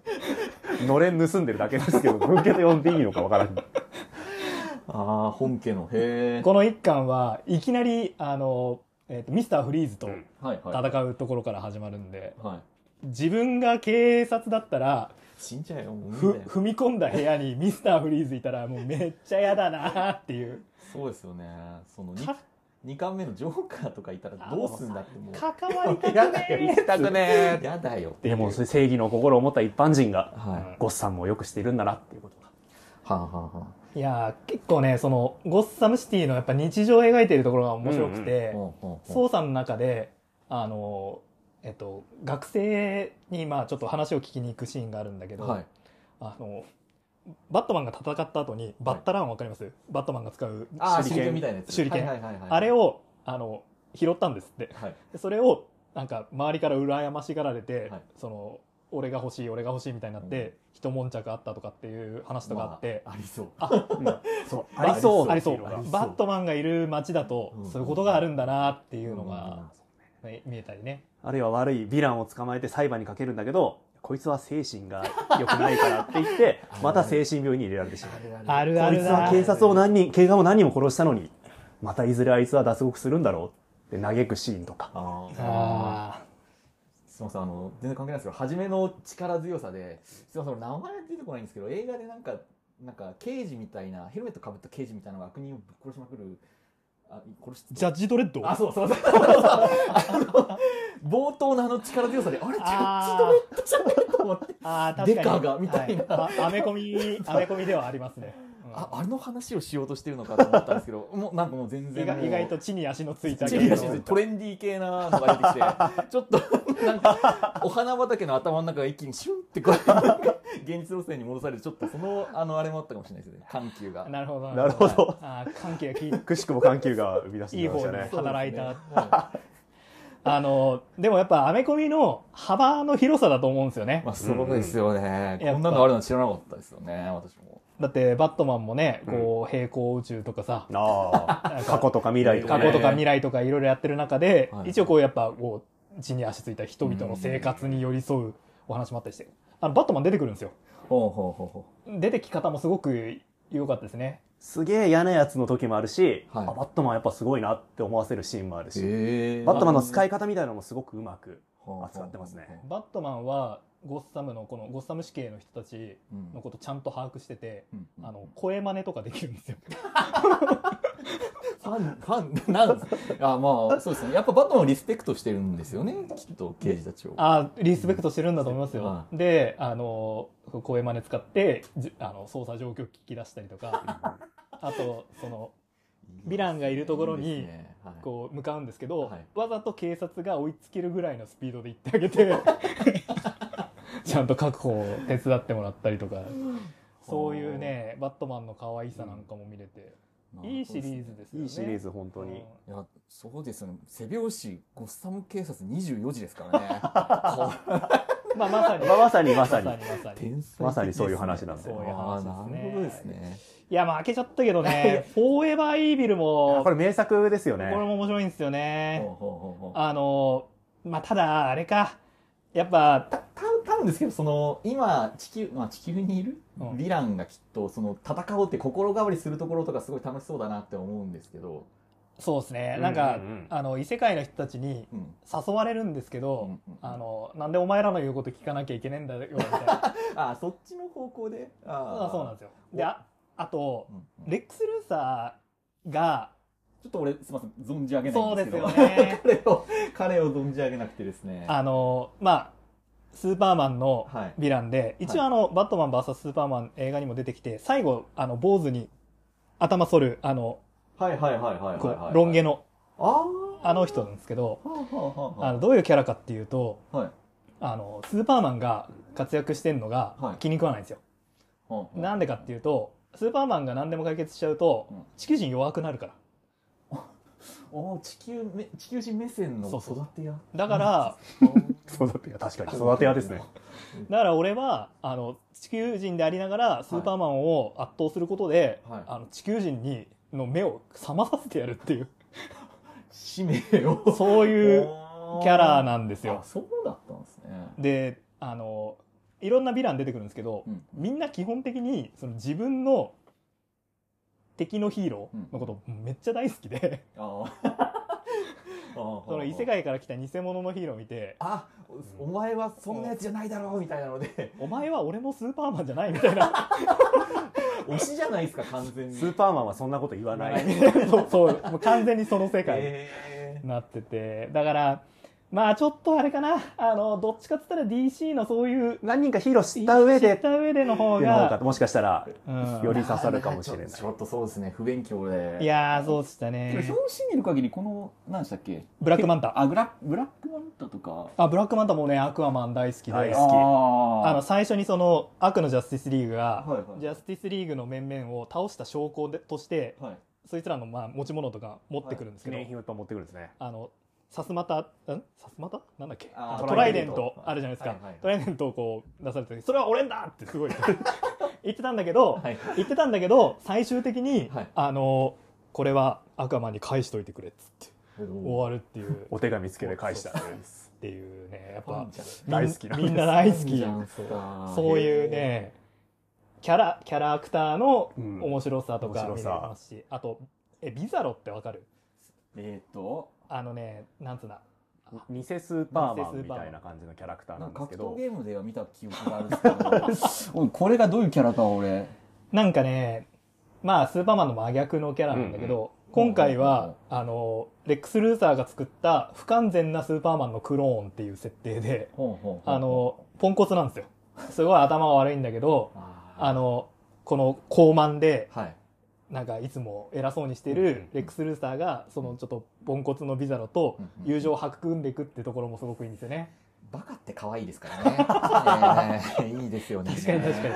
B: のれん盗んでるだけですけど、文系と呼んでいいのかわからん。
C: ああ本家のへ
A: この1巻はいきなり、あの、えっ、と、ミスターフリーズと
B: うん
C: えはいはい
A: 戦うところから始まるんで、
C: はい
A: 自分が警察だったら、
C: 死んじゃえよもう
A: ふ
C: 無理だよ
A: 踏み込んだ部屋にミスターフリーズいたらもうめっちゃ嫌だなーっていう
C: そうですよねその
A: か
C: 2巻目のジョーカーとかいたらどうすんだってもう
A: 関わりたく
C: や
A: ね
C: だよ
A: え
B: たくね
C: やだよ
B: でも、そういう正義の心を持った一般人が、
C: はいは
B: ゴッサンもよくしているんだなっていうことが。
C: あはあはい
A: やー結構ねそのゴッサムシティのやっぱ日常を描いてるところが面白く
C: あ
A: て、
C: ほうほうほ
A: 捜査の中であのえっと学生にまあちょっと話を聞きに行くシーンがあるんだけ
C: う
A: ど、
C: はい
A: あのバットマンが戦った後にバッタランわかります、バットマンが使う
C: ああ
B: 手
C: 手
B: 裏剣
C: 裏剣みたいなやつ
A: 手裏剣
C: はいはいはいはい
A: あれをあの拾ったんですって
C: はい
A: でそれをなんか周りから羨ましがられて、
C: はい
A: その俺が欲しい俺が欲しいみたいになって、
C: うん
A: 一悶着あったとかっていう話とかあって、
C: まあありそう
B: そう、
A: バ
B: ありそう。
A: ありそう
B: ヒーローが
A: バットマンがいる街だと、
C: うん
A: そういうことがあるんだなっていうのが、
C: う
A: ね見えたりね
B: あるいは悪いヴィランを捕まえて裁判にかけるんだけど、こいつは精神が良くないからって言って、また精神病院に入れられてしまう。
C: んうんうん
A: あるあ
B: こい
A: る
B: つは
A: だ
B: 警察を何人、警官を何人も殺したのに、またいずれあいつは脱獄するんだろうって嘆くシーンとか。
C: ああ
A: あ
C: すみません、あの、全然関係ないんですけど、初めの力強さで、すみません、俺名前出てこないんですけど、映画でなんか、なんか、刑事みたいな、ヘルメットかぶった刑事みたいなのが悪人をぶっ殺しまくる、あ、殺し
A: ージャッジドレッド
C: あ、そうそうそう。あの、冒頭のあの力強さで、あれ、ちょっ
A: あ
C: とじゃないと思って、
A: あー確かに
C: デカがみたいな
A: はいあアメコ ミアメコミではありますね、うん
C: あ、あれの話をしようとしてるのかと思ったんですけど、もう、なんかもう全
A: 意
C: 然もう。
A: 外意外と地に足のついた
C: 地に足ついてトレンディー系なのが出 てきてちょっとなんかお花畑の頭の中が一気にシュンってこうなんか現実路線に戻されるちょっとそのあのあれもあったかもしれないですね緩急が
A: なるほど
B: なるほど
A: あー関係が効いて
B: くしくも緩急が生み出して
A: いい
B: きまし
A: 方
B: た
A: に
B: ね。
A: 働いた、
C: は
A: あのでもやっぱアメコミの幅の広さだと思うんですよね
C: い、まあそうですよね、
A: うん
C: こんなのあるの知らなかったですよね私も
A: だってバットマンもねこう平行宇宙とかさ、
B: ああ、過去とか未来とか、
A: 過
B: ね。
A: 去とか未来とかいろいろやってる中で、
C: はい
A: 一応こうやっぱこう地に足ついた人々の生活に寄り添うお話もあったりしてあのバットマン出てくるんですよ
C: ほうほうほうほう
A: 出てき方もすごく良かったですね。
B: すげえ嫌なやつの時もあるし、
C: はい
B: あバットマンやっぱすごいなって思わせるシーンもあるし、
C: へえ
B: バットマンの使い方みたいなのもすごくうまく。扱ってますね
A: バットマンはゴッサムのこのゴッサム死刑の人たち
C: うん
A: のことちゃんと把握してて、
C: うん
A: あの声真似とかできるんですよ。
C: ファン、ファン、なんあ、まあ、そうですね。やっぱバットマンをリスペクトしてるんですよね。きっと、刑事たちを。
A: あーリスペクトしてるんだと思いますよ。
C: は
A: で、あのー声真似使ってじあの操作状況聞き出したりとか、あとそのヴィランがいるところに
C: いいですねはい
A: こう向かうんですけど、
C: はい
A: わざと警察が追いつけるぐらいのスピードで行ってあげ てちゃんと確保を手伝ってもらったりとかそういうねバットマンの可愛さなんかも見れて、いいシリーズですよね。
B: いいシリーズ、本当に。
C: いや、そうですよね。背拍子、ゴッサム警察24時ですからね。こ
A: うんまあ、まさに
B: まあまさにまさに
A: まさにまさ
C: う
A: に
C: 天才的ですね
B: まさにそういう話なんです
A: よ
C: あーなるほどですね。
A: いやまあ開けちゃったけど ねフォーエバーイービルも
B: これ名作ですよね。
A: これも面白いんですよね
C: ほうほうほうほう
A: あのまあただあれかやっぱ
C: たた多分ですけどその今地球、まあ、地球にいる
A: うん
C: ヴィランがきっとその戦おうって心変わりするところとかすごい楽しそうだなって思うんですけど、
A: そうですねなんか、
B: うんうんうん
A: あの異世界の人たちに
C: うん、
A: 誘われるんですけど、
C: うんうんうん
A: あのなんでお前らの言うこと聞かなきゃいけねえんだよみたい な
C: あそっちの方向であ
A: あそうなんですよでああと
C: うんうん
A: レックス・ルーサーが
C: ちょっと俺すみません存じ上げない
A: そうん
C: で
A: ですす
C: け
A: よ
C: ど
A: ね
C: 彼を彼を存じ上げなくてですね
A: あのまあスーパーマンの
C: はい
A: ヴィランで、一応あの、バットマン VS スーパーマン映画にも出てきて、最後、あの、坊主に頭剃る、あの、
C: はいはいはいはい
A: こ
C: はいは
A: う、
C: い
A: ロン毛の、
C: あー
A: あの人なんですけど、
C: はあはあは
A: あの、どういうキャラかっていうと、
C: あはい
A: あの、スーパーマンが活躍してんの
C: は
A: が
C: い
A: 気に食わないんですよ。
C: はあ
A: なんでかっていうと、スーパーマンが何でも解決しちゃうと
C: うん、
A: 地球人弱くなるから。
C: おー地球め地球人目線の
A: そうそう
C: 育て屋
A: だから、
B: 育て屋、確かに。育て屋ですね。
A: だから俺は、あの、地球人でありながら、スーパーマンを圧倒することで、
C: はい
A: あの、地球人に、の目を覚まさせてやるっていう、
C: 使命を
A: そういうキャラ
C: んで
A: なんですよ
C: あ。そうだったんですね
A: であのいろんなヴィラン出てくるんですけど、
C: うん
A: みんな基本的にその自分の敵のヒーローのことめっちゃ大好きで、
C: あ
A: その異世界から来た偽物のヒーローを見て
C: あおお前はそんなやつじゃないだろうみたいなので
A: 「お前は俺もスーパーマンじゃない」みたいな
C: 推しじゃないですか完全 に
B: スーパーマンはそんなこと言わない。
A: そうそうもう完全にその世界
C: へえ
A: になってて、だからまあちょっとあれかなあのどっちかっつったら DC のそういう
B: 何人かヒーロー知った上
A: 知っ
B: で、
A: た上での方
B: の方
A: が
B: が、もしかしたら、
A: うん
B: より刺さるかもしれない
C: ちょちょっとそうですね不勉強で
A: いやーそうでした
C: でも
A: ね
C: 表紙見る限りこの何でしたっけ
A: ブラックマンタ
C: あグラブラックマンタとか
A: あブラックマンタもねアクアマン大好きで、
B: 大好き
C: あ
A: あの最初にその悪のジャスティスリーグが、
C: はいはい
A: ジャスティスリーグの面々を倒した証拠でとして
C: あはいそ
A: そいつらのまあ持ち物とか持ってくるんですけ
B: 記
A: ど、
B: 念品をいっぱい持ってくるんですね。
A: あのサスマタんサスマタなんだっけ
C: あー
A: あのトライデン
C: トライデン
A: ト
C: ト
A: あるじゃないですか、
C: はいはいはい
A: トライデントをこう出されてそれは俺んだってす ごい言ってたんだけど、
C: はい
A: 言ってたんだけど最終的に、
C: はい
A: あのこれは悪魔に返しといてくれっつって終わるっていう
B: お手紙つけて返した。
A: っていうねやっ
C: ファ
A: ぱ
C: ンじゃん
A: みん
B: 大好きなんです
A: みんな大好き
C: じゃんすか
A: そういうね、キャラ、キャラクターの
B: うん
A: 面白さとか
B: 面白
A: 見
B: さ
A: れますし、あと、え、ビザロってわかる
C: えっと
A: あのね、なんつうんだ。
B: 偽スーパーマンみたいな感じのキャラクターな
C: なんん
B: で
C: か
B: す
C: 格
B: け
C: 闘
B: ど、
C: ゲームでは見た記憶があるんですけど おいこれがどういうキャラか俺
A: なんかね、まあ、スーパーマンの真逆のキャラなんだけど、今回は、あの、レックス・ルーサーが作った不完全なスーパーマンのクローンっていう設定で、
C: ほんほんほんほん
A: あの、ポンコツなんですよ。 すごい頭が悪いんだけど、あ
C: あ
A: の、この高慢で、
C: ーはい
A: なんかいつも偉そうにして
C: うんうんう
A: る
C: ん
A: レックス・ルーサーがそのちょっとポンコツのビザロと友情を育んでいくってところもすごくいいんですよ ね。
C: バカって可愛いですからね。 えーいいですよね。
A: 確かに確かに。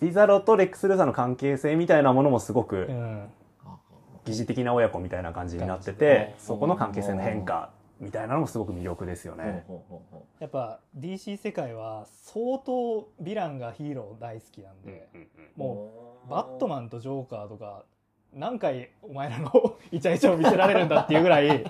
B: ビザロとレックス・ルーサーの関係性みたいなものもすご
A: う
B: く
A: ん、
B: 疑似的な親子みたいな感じになって
A: 感じ
B: て
A: ね、
B: そこの関係性の変化みたいなのもすごく魅力ですよ
C: ほう
B: ね。
C: ほうほうほ
A: やっぱ DC 世界は相当ヴィランがヒーロー大好きなんで、
C: う
A: もうバットマンとジョーカーとか何回お前らのイチャイチャを見せられるんだっていうぐらい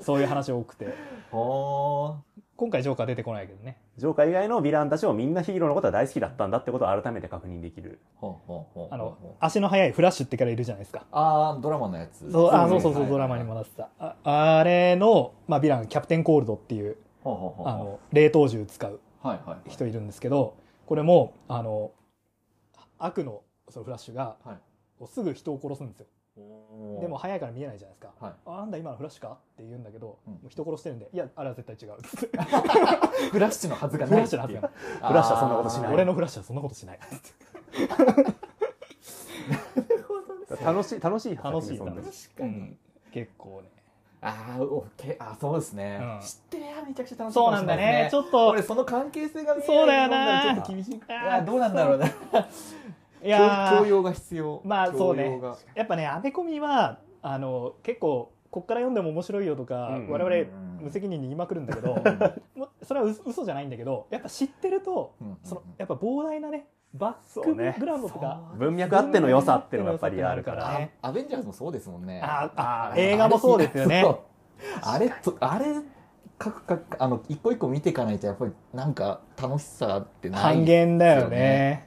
A: そういう話多くて
C: ほ
A: 今今回ジョーカー出てこないけどね。
B: ジョーカー以外のヴィランたちもみんなヒーローのことは大好きだったんだってことを改めて確認できる。
C: ほうほうほうほう
A: あの、足の速いフラッシュってキャラいるじゃないですか。
C: あードラマのやつ
A: そう、あ、
B: そ
A: そうう
B: そ
A: そううそ、
C: はいうはい
A: ドラマにもなってた。ああれの、まあ、ヴィラン、キャプテンコールドっていう、
C: ほうほうほう
A: あの、冷凍銃使う
C: はいはいはい
A: 人いるんですけど、これも、あの、悪の、そのフラッシュが、
C: はい
A: すぐ人を殺すんですよ。
C: おー
A: でも、早いから見えないじゃないですか。
C: はい
A: あなんだ今のフラッシュかって言うんだけど、
C: うん
A: もう人殺してるんで、いや、あれは絶対 違うっつって。
C: フラッシュのはずが
A: フ
C: な
A: ラ
C: い
A: ッシュのはずがない
C: フ
B: フラッシュはそんなことしない
A: 俺のフラッシュはそんなことしない。
B: 楽しい、楽しい。
A: 楽しい
B: 作品
A: 楽
B: です
A: し
C: 確かに
A: 結構ね。
C: あーおけあそうですね、
A: うん
C: 知ってりゃめちゃくちゃ楽しい
A: そうなんだね。ち
C: ょっ
A: ょっと
C: 俺、その関係性が見えない
A: そうだよな
C: もんらちょっと厳しい
A: あー
C: いやどうなんだろうね
A: いやー
C: 教養が必要
A: まあそうね
C: 教養が
A: やっぱね、アメコミは、あの、結構、こっから読んでも面白いよとか、
B: うん
A: 我々、
C: うん
A: 無責任に言いまくるんだけど、
C: うん
A: もうそれは嘘嘘じゃないんだけど、やっぱ知ってると、
C: うんうん
A: その、やっぱ膨大なね、バッ
B: そう
A: ク
B: ね
A: グラウンドとか、
B: 文脈あっての良さっていうのがやっぱりあるから。
A: そう
C: あ
A: ね
C: アベンジャーズもそうですもんね
A: ああ
C: あ
A: 映画もそうですよね
C: そうあれとあれかくかくあの一個一個見ていかないとやっぱりなんか楽しさってない
A: 半減だよね。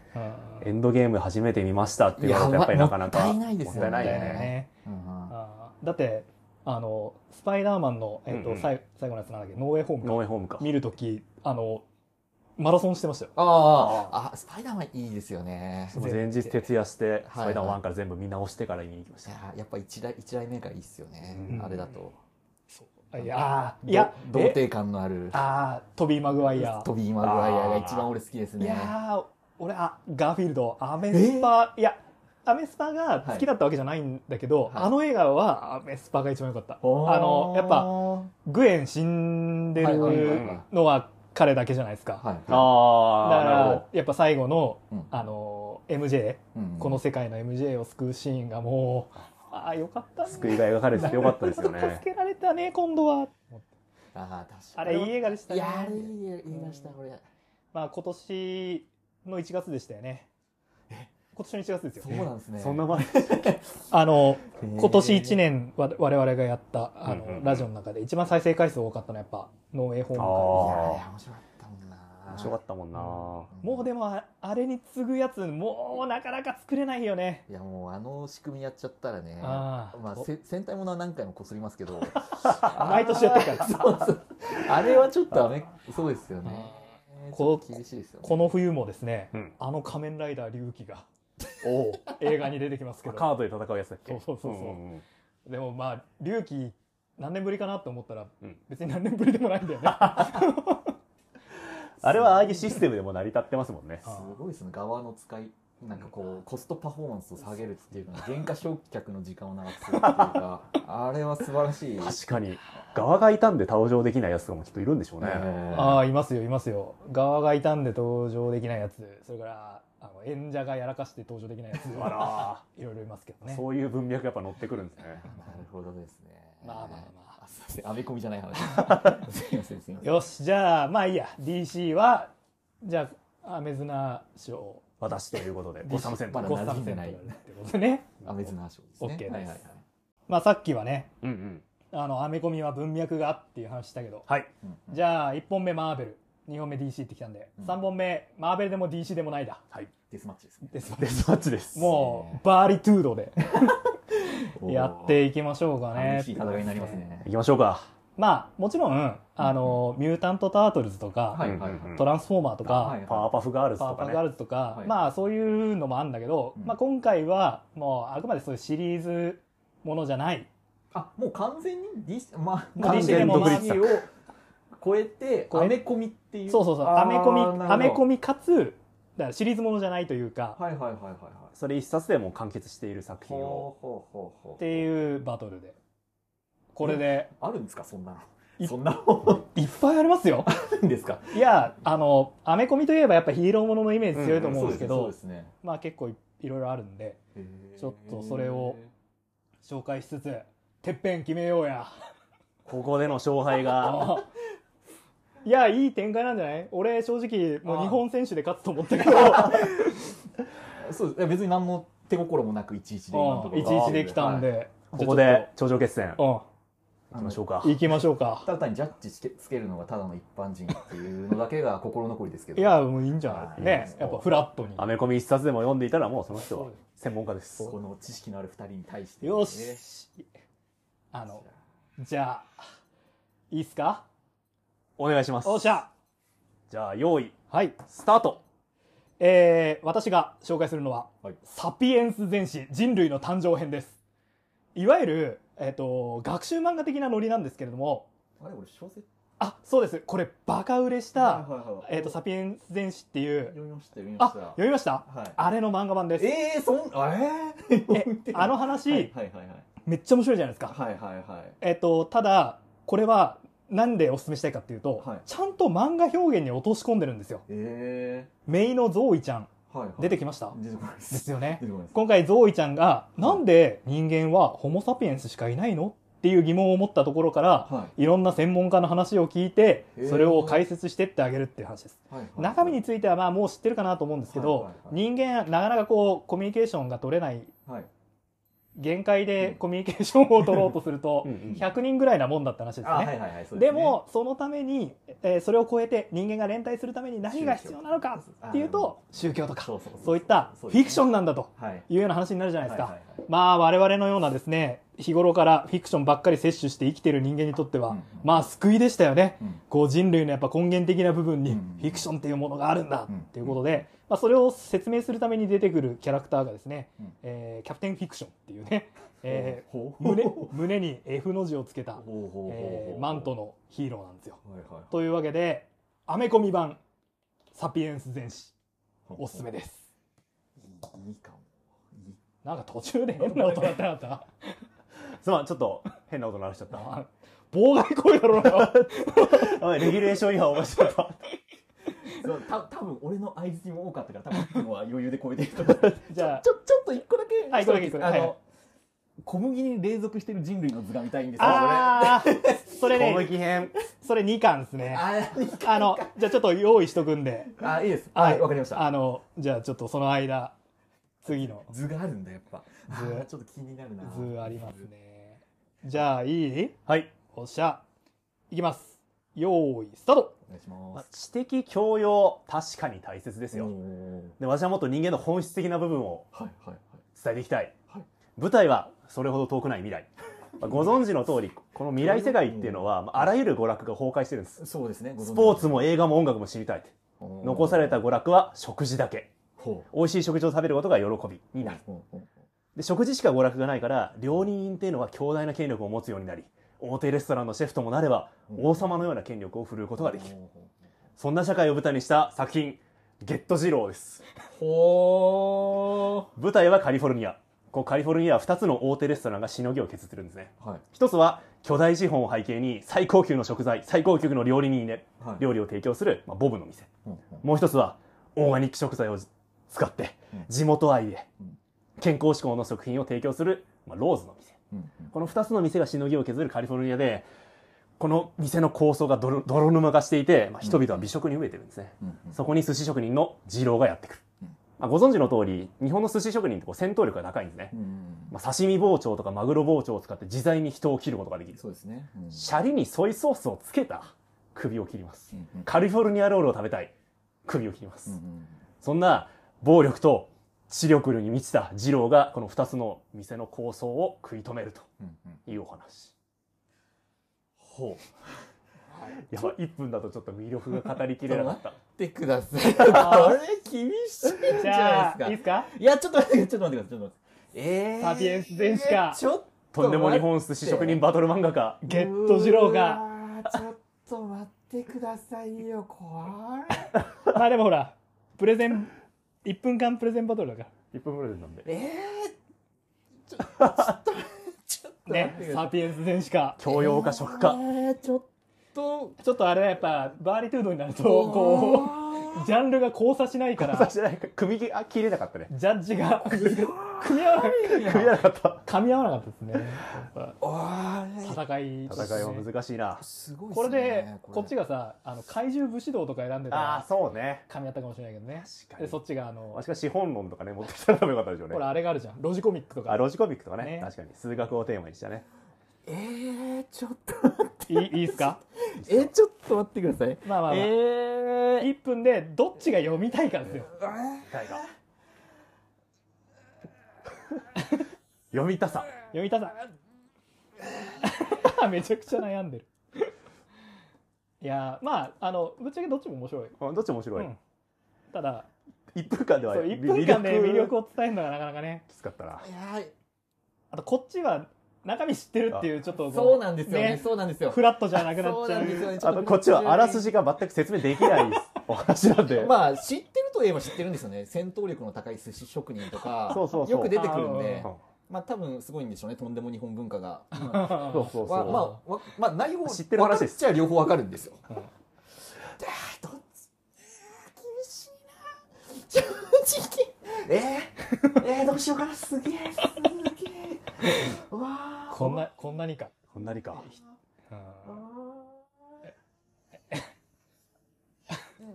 B: エンドゲーム初めて見ましたっていうことって
C: いや
B: やっぱりなかなか
C: もったいないですよ
B: も
C: ね
B: ったい
A: だ
B: ない
A: よ
B: よね。
A: ね。
C: うんうん
A: あーだって、あの、スパイダーマンの、えっ
B: うん
A: と、
B: うん
A: さい最後のやつなんだっけ、ノーウェイホームか
B: ノーウェイホームか。
A: 見るとき、あの、マラソンしてましたよ。
C: あああスパイダーマンいいですよね
A: う
B: 前日徹夜して、ス
C: はい
B: パイダーマン1から全部見直してから見に行きまし
C: い
B: た。
C: ややっぱ一来一来目がいいっすよね、
A: うん
C: あれだと
A: そういやー、いや、
C: ど童貞感のある
A: ああ、トビー・マグワイア。
C: トビー・マグワイアが一番俺好きです
A: い
C: ね
A: やー、俺、あ、ガーフィールド、アメスパ、いや、アメスパが好きだったわけじゃないんだけど、
C: はい
A: あの映画はアメスパが一番良かった。あ
C: おー
A: の、やっぱ、グエン死んで
C: はいはいはい
A: る
C: はい
A: のは彼だけじゃないですか。
C: はい
A: だ
B: あ
A: か
B: ー、なる
A: ら、やっぱ最後の、
C: うん
A: あの、MJ、
C: うん
A: この世界の MJ を救うシーンがもう、ああ、よかったね。
B: ほど。救いが描かれててよかったですよ
A: 助
B: ね。
A: けられたね、今度は。
C: あー確か
A: あ
C: に
A: れ、いい映画でした
C: い
A: ね。
C: やあれいい映画したこれ
A: まあ今年の1月でしたよね。今年の1月ですよ
C: そ。うなんですね
B: そんな前
A: あの、
C: へー
A: 今年1年わ我々がやった、あ
B: うんうんう
A: の
B: ん、
A: ラジオの中で一番再生回数多かったのはやっぱ、ノーウェイホーム
C: い
A: か
C: や
B: あー
C: あれ面白かったもんな
B: 面白かったもんな。
A: もうでもあ、あれに次ぐやつ、もうなかなか作れないよね。
C: いやもうあの仕組みやっちゃったらね
A: あー
C: まあせ戦隊ものは何回もこすりますけど
A: 毎年やってるから
C: そうそうあれはちょっとあめそうですよね
A: こ
C: ちょっと厳しいですよね
A: この冬もですね、
B: うん
A: あの仮面ライダー龍騎が
B: おう
A: 映画に出てきますけど、
B: カードで戦うやつだっけ
A: そうそうそうそうん
B: んん
A: でもまあ、龍騎何年ぶりかなと思ったら、
B: うん
A: 別に何年ぶりでもないんだよね。
B: あれはああいうシステムでも成り立ってますもんね。
A: あ
C: すごいですね側の使いなんかこうコストパフォーマンスを下げるっていうのは原価償却の時間を長くするっていうかあれは素晴らしい
B: 確かに。側が傷んで登場できないやつとかもきっといるんでしょうね。
C: えー
A: ああ、いますよ、いますよ。側が傷んで登場できないやつ、それから、あの演者がやらかして登場できないやつ、
B: あら
A: いろいろいますけど
B: ー、
A: ね。
B: そういう文脈やっぱ乗ってくるんですね。
C: なるほどですね
A: まあまあま
C: あすいません編み込みじゃない話すいませんすいません
A: よし、じゃあ、まあいいや、DC は、じゃあ、アメズナ賞、
B: 私ということで、ご参戦
C: まだ
A: ゴッ
C: 馴
A: サ
C: 染
A: ム
C: ん
A: セ
C: で
A: ントだ
C: ない
A: ねってことでね。
C: アメズナー賞ですね
A: OK です
C: はいはいはい
A: まあさっきはね、
B: うんうん。
A: あの、アメコミは文脈がっていう話したけど、
B: はい。
C: うんうん
A: じゃあ、1本目マーベル、2本目 DC ってきたんで、
C: うん
A: 3本目、マーベルでも DC でもないだ。
B: はい。
C: デスマッチですね
A: です
B: デスマッチです。
A: もう、バーリトゥードでやっていきましょうかね。
C: 激しい戦いになりますね
B: 行きましょうか。
A: まあもちろんあの、ミュータント・タートルズとか、
C: はいはいはい
B: うんうん
A: トランスフォーマーとか、
C: はい
B: パワーパフガールズ
A: パ
B: と
A: ーパ
B: か
A: ー
B: ね。
A: ガールズとか、
C: はい
A: まあそういうのもあるんだけど、
C: うん
A: まあ、今回はもうあくまでそういうシリーズものじゃない
C: あもう完全に DC まあ
A: もう
B: DC でもまあ
C: DC を超えて
A: 超え
C: アメコミっていう
A: そうそうそう
C: あー
A: アメコミ
C: なるほど
A: アメコミかつだからシリーズものじゃないというか、
C: はいはいはいはいはい
B: それ一冊でもう完結している作品を。
C: ほうほうほうほう
A: っていうバトルでこれで
C: あるんですかそんなの
A: い
C: そんなの
A: いっぱいあります よ
C: あるんですか
A: いやあのアメコミといえばやっぱヒーローもののイメージ強いと思うんですけど、
C: そうですね
A: まあ結構いいろいろあるんで
C: そうですね
A: ちょっとそれを紹介しつつてっぺん決めようや。
B: ここでの勝敗が。
A: あいや、いい展開なんじゃない俺、正直、もう
C: あー
A: 日本選手で勝つと思ったけ ど、
C: そうです別に何も手心もなくいちいちで今のところ
A: いちいちできたん
C: はい
A: で、
B: ここで頂上決戦。
A: うん
B: 行きましょうか。
A: 行きましょうか。
C: ただ単にジャッジつけつけるのがただの一般人っていうのだけが心残りですけど
A: いや、もういいんじゃない
C: あ
A: ね。
C: そう
A: やっぱフラットに。
B: アメコミ一冊でも読んでいたらもうその人は
A: そうで
B: 専門家です。
C: この知識のある二人に対して、
A: よし。あ
C: あ
A: の、じゃあ、いいっすか
B: お願いします。
A: おっしゃ
B: じゃあ、用意、
A: はい。
B: スタート
A: えー、私が紹介するのは、
C: はい
A: サピエンス全史人類の誕生編です。いわゆる、えっ、と、学習漫画的なノリなんですけれども、
C: あれ俺小説
A: あ、そうです。これ、バカ売れした、えっ、と、サピエンス全史っていう、
C: 読みました読みま
A: あ
C: し、た
A: 読みました
C: は
A: あれの漫画版で
C: い
A: す。
C: えー、そんあえ
A: え
C: ー、
A: あの
C: は
A: 話、
C: いはいはい
A: めっちゃ面白いじゃないですか。
C: はいはいはいはい
A: えっ、と、ただ、これは、なんでお勧めしたいかっていうと、
C: はい
A: ちゃんと漫画表現に落とし込んでるんですよ。
C: え
A: メイのゾウイちゃん、
C: ー、はいはい
A: 出てきました、
C: 出てこないで
A: ですすよね
C: 出。てこないです
A: 今回ゾウイちゃんが、なんで人間はホモサピエンスしかいないのっていう疑問を持ったところから、
C: はい
A: ろんな専門家の話を聞いて
C: へ、ー
A: それを解説してってあげるっていう話です。
C: いはいはい
A: 中身についてはまあもう知ってるかなと思うんですけど、
C: はいはいはい
A: 人間なかなかこうコミュニケーションが取れない
C: はい
A: 限界で
C: うん
A: コミュニケーションを取ろうとすると
B: うんうん
A: 100人ぐらいなもんだった話です
C: あはい
A: ね。
C: はいはいそうすね
A: でもそのために、えーそれを超えて人間が連帯するために何が必要なのかっていうと宗教とか
C: そうそうそう
A: そういったフィクションなんだと
C: はい
A: いうような話になるじゃないです
C: はい
A: か
C: は。いはい
A: まあ我々のようなですね日頃からフィクションばっかり摂取して生きてる人間にとっては、
C: うんうん
A: まあ救いでしたよね、
C: うん
A: こう人類のやっぱ根源的な部分に
C: うん
A: フ
C: うんうん
A: ィクションっていうものがあるんだ
C: うん
A: っていうことで、まあ、それを説明するために出てくるキャラクターがですね、
C: うん
A: えーキャプテンフィクションっていう ね、えー
C: ほう
A: 胸胸に F の字をつけた、
C: ほうほうほうほう
A: えーマントのヒーローなんですよ。
C: はいはいはい
A: というわけでアメコミ版「サピエンス全史」おすすめです。
C: いいかもいい
A: なんか途中で変な音鳴ってなかった
B: すまん、ちょっと変な音鳴らしちゃっ た。
A: あ妨害行為だろう よ。
B: おいレギュレーション違反を犯しちゃ った。
C: そうた多分俺の相づちも多かったから多分今は余裕で超えてると思う
A: じゃあ
C: ちょちょっと一個だけ
A: はい一個だけ一個だけ
C: あの、
A: はい
C: 小麦に隷属してる人類の図が見たいんですよ
A: ああそれ
B: 小
A: ね、
B: 麦編。
A: それ2巻ですね。
C: あ
A: あの、じゃあちょっと用意しとくんで。
C: あいいですはいわかりました
A: あの、じゃあちょっとその間、次の
C: 図があるんだやっぱ
A: 図
C: あー ちょっと気になるな
A: 図ありますね。じゃあいい
B: はい。
A: おっしゃ。いきます。用意、スタート
C: お願いしま
B: まあ知
C: す
B: 的教養、確かに大切です
C: お
B: よ。
C: ー
B: で、私はもっと人間の本質的な部分を
C: はいはい
B: 伝えていきたい。
C: はい
B: 舞台はそれほど遠くない未来。まあご存知の通り、この未来世界っていうのは、まああらゆる娯楽が崩壊してるんです
C: は。いそうですねご存知
B: スポーツも映画も音楽も知りたいって。残された娯楽は食事だけ。
C: ほ
B: 美味しい食事を食べることが喜び
C: う
B: になる。
C: ほうほうほ
B: で、食事しか娯楽がないから、料理人っていうのは強大な権力を持つようになり、大手レストランのシェフともなれば、
C: うん
B: 王様のような権力を振るうこ
C: う
B: とができる。
C: ほうほ
B: そんな社会を舞台にした作品、ゲット二郎です。
C: うほ
B: 舞台はカリフォルニア。こうカリフォルニアは2つの大手レストランがしのぎを削ってるんですね。
C: うはい
B: 一つは巨大資本を背景に最高級の食材、最高級の料理人で
C: はい
B: 料理を提供する、まあ、ボブの店。
C: ほうほう
B: もう一つはオーガニック食材を使って
C: うん
B: 地元愛で
C: うん
B: 健康志向の食品を提供する、まあ、ローズの店。
C: うん
B: この二つの店がしのぎを削るカリフォルニアで、この店の構想が泥泥沼化していて、まあ、人々は美食に飢えてるんですね。
C: うんうん
B: そこに寿司職人の二郎がやってくる
C: うん。
B: まあ、ご存知の通り、日本の寿司職人ってこう戦闘力が高いんですね
C: う。んうん
B: まあ、刺身包丁とかマグロ包丁を使って自在に人を切ることができる。
C: そうですねうん
B: シャリにソイソースをつけた首を切ります
C: う。んうん
B: カリフォルニアロールを食べたい首を切ります。
C: うんうん
B: そんな暴力と知力に満ちた二郎がこの二つの店の構想を食い止めると
C: うんうん
B: いうお話。
C: ほう
B: やばい、1分だとちょっと魅力が語りきれなか った。
C: ってください。あれ厳しいんじ
A: じ
C: ゃ
A: ゃ
C: な
A: あ、
C: い
A: いいっ
C: です
A: すか
C: か。いや、ちょっと待って、ちょっと待ってください、ちょっと待って。え
A: サピエンス全史か
C: ちょっと。
B: とんでも日本寿司職人バトル漫画か。
A: ゲット二郎が。
C: うわー。ちょっと待ってくださいよ、怖い。
A: まあでもほら、プレゼン、1分間プレゼンバトルだか
B: 1分プレゼンなんで。
C: えー、ちょ、ちょっと、ちょっ
A: ら。
C: と
A: ね、サピエンス全史か。
B: 教養か食か。
C: えー、ちょっと。
A: ちょっとあれやっぱ、バーリトゥードになると、こう、ジャンルが交差しないから、
B: さしてないか、首切あ切れなかった ね。
A: ジャッジが 組み合わな
B: 組み合わなかった。
A: 噛み合わなかったですね。
C: あー
A: 戦いとして
B: 戦いは難しいな。
C: すごいっすね
A: これで、こっち
C: が。
A: がさ、あの怪獣武士道とか選んでた
B: ああ、
A: ら、
B: そうね。
A: 噛み合ったかもしれないけどね。
B: 確か
A: で、
B: に
A: そ。っちが、あの
B: わ、しが資本論とかね、持ってきたらよかったでしょうね
A: ほ。ら、あれがあるじゃん。ロジコミックと
B: あ、
A: か。
B: ロジコミックとかね
A: ね
B: 確かに。数学をテーマにしたね。
C: えー、ちょっと待って。
A: いいいですか
C: えー、ちょっと待ってください。
A: まあまあ、まあ
C: えー、
A: 1分でどっちが読みたいかですよ。
B: 大河読みたさ
A: 読みたさ。 めちゃくちゃ悩んでる。いやーまあ、あの、ぶっちゃけどっちも面白い。
B: うんどっちも面白い、
A: うんただ、
B: 一1分間では
A: そう、1分間で魅力
B: を
A: を伝えるのがなかなかね。
B: きつかったない
C: やー
A: あと、こっちは中身知ってるっていう、ちょっとこう
C: そうなんですよねそうなんですよ
A: フラットじゃなくな
C: そ
A: っ
C: う
A: ち
C: な
A: ゃ
C: んですよ
A: う。
C: ねちょ
B: あ
C: っと
B: とこっちはあらすじが全く説明できないですお話なんで、
C: まあ知ってるといえば知ってるんですよね戦闘力の高い寿司職人とか
B: そうそうそう
C: よく出てくるんで
A: あ
B: うん
C: まあ多分すごいんでしょうねとんでも日本文化 が、
B: そうそうそう
C: わまあわまあ内容
B: 知ってる話です
C: 分かっちゃ両方わかるんですよ、
A: うん
C: あーどっちえー 厳しいな正直えー、えー、どうしようかなすげえすげえわあ
A: こんな、こんなにか。
B: こんなにか
A: うん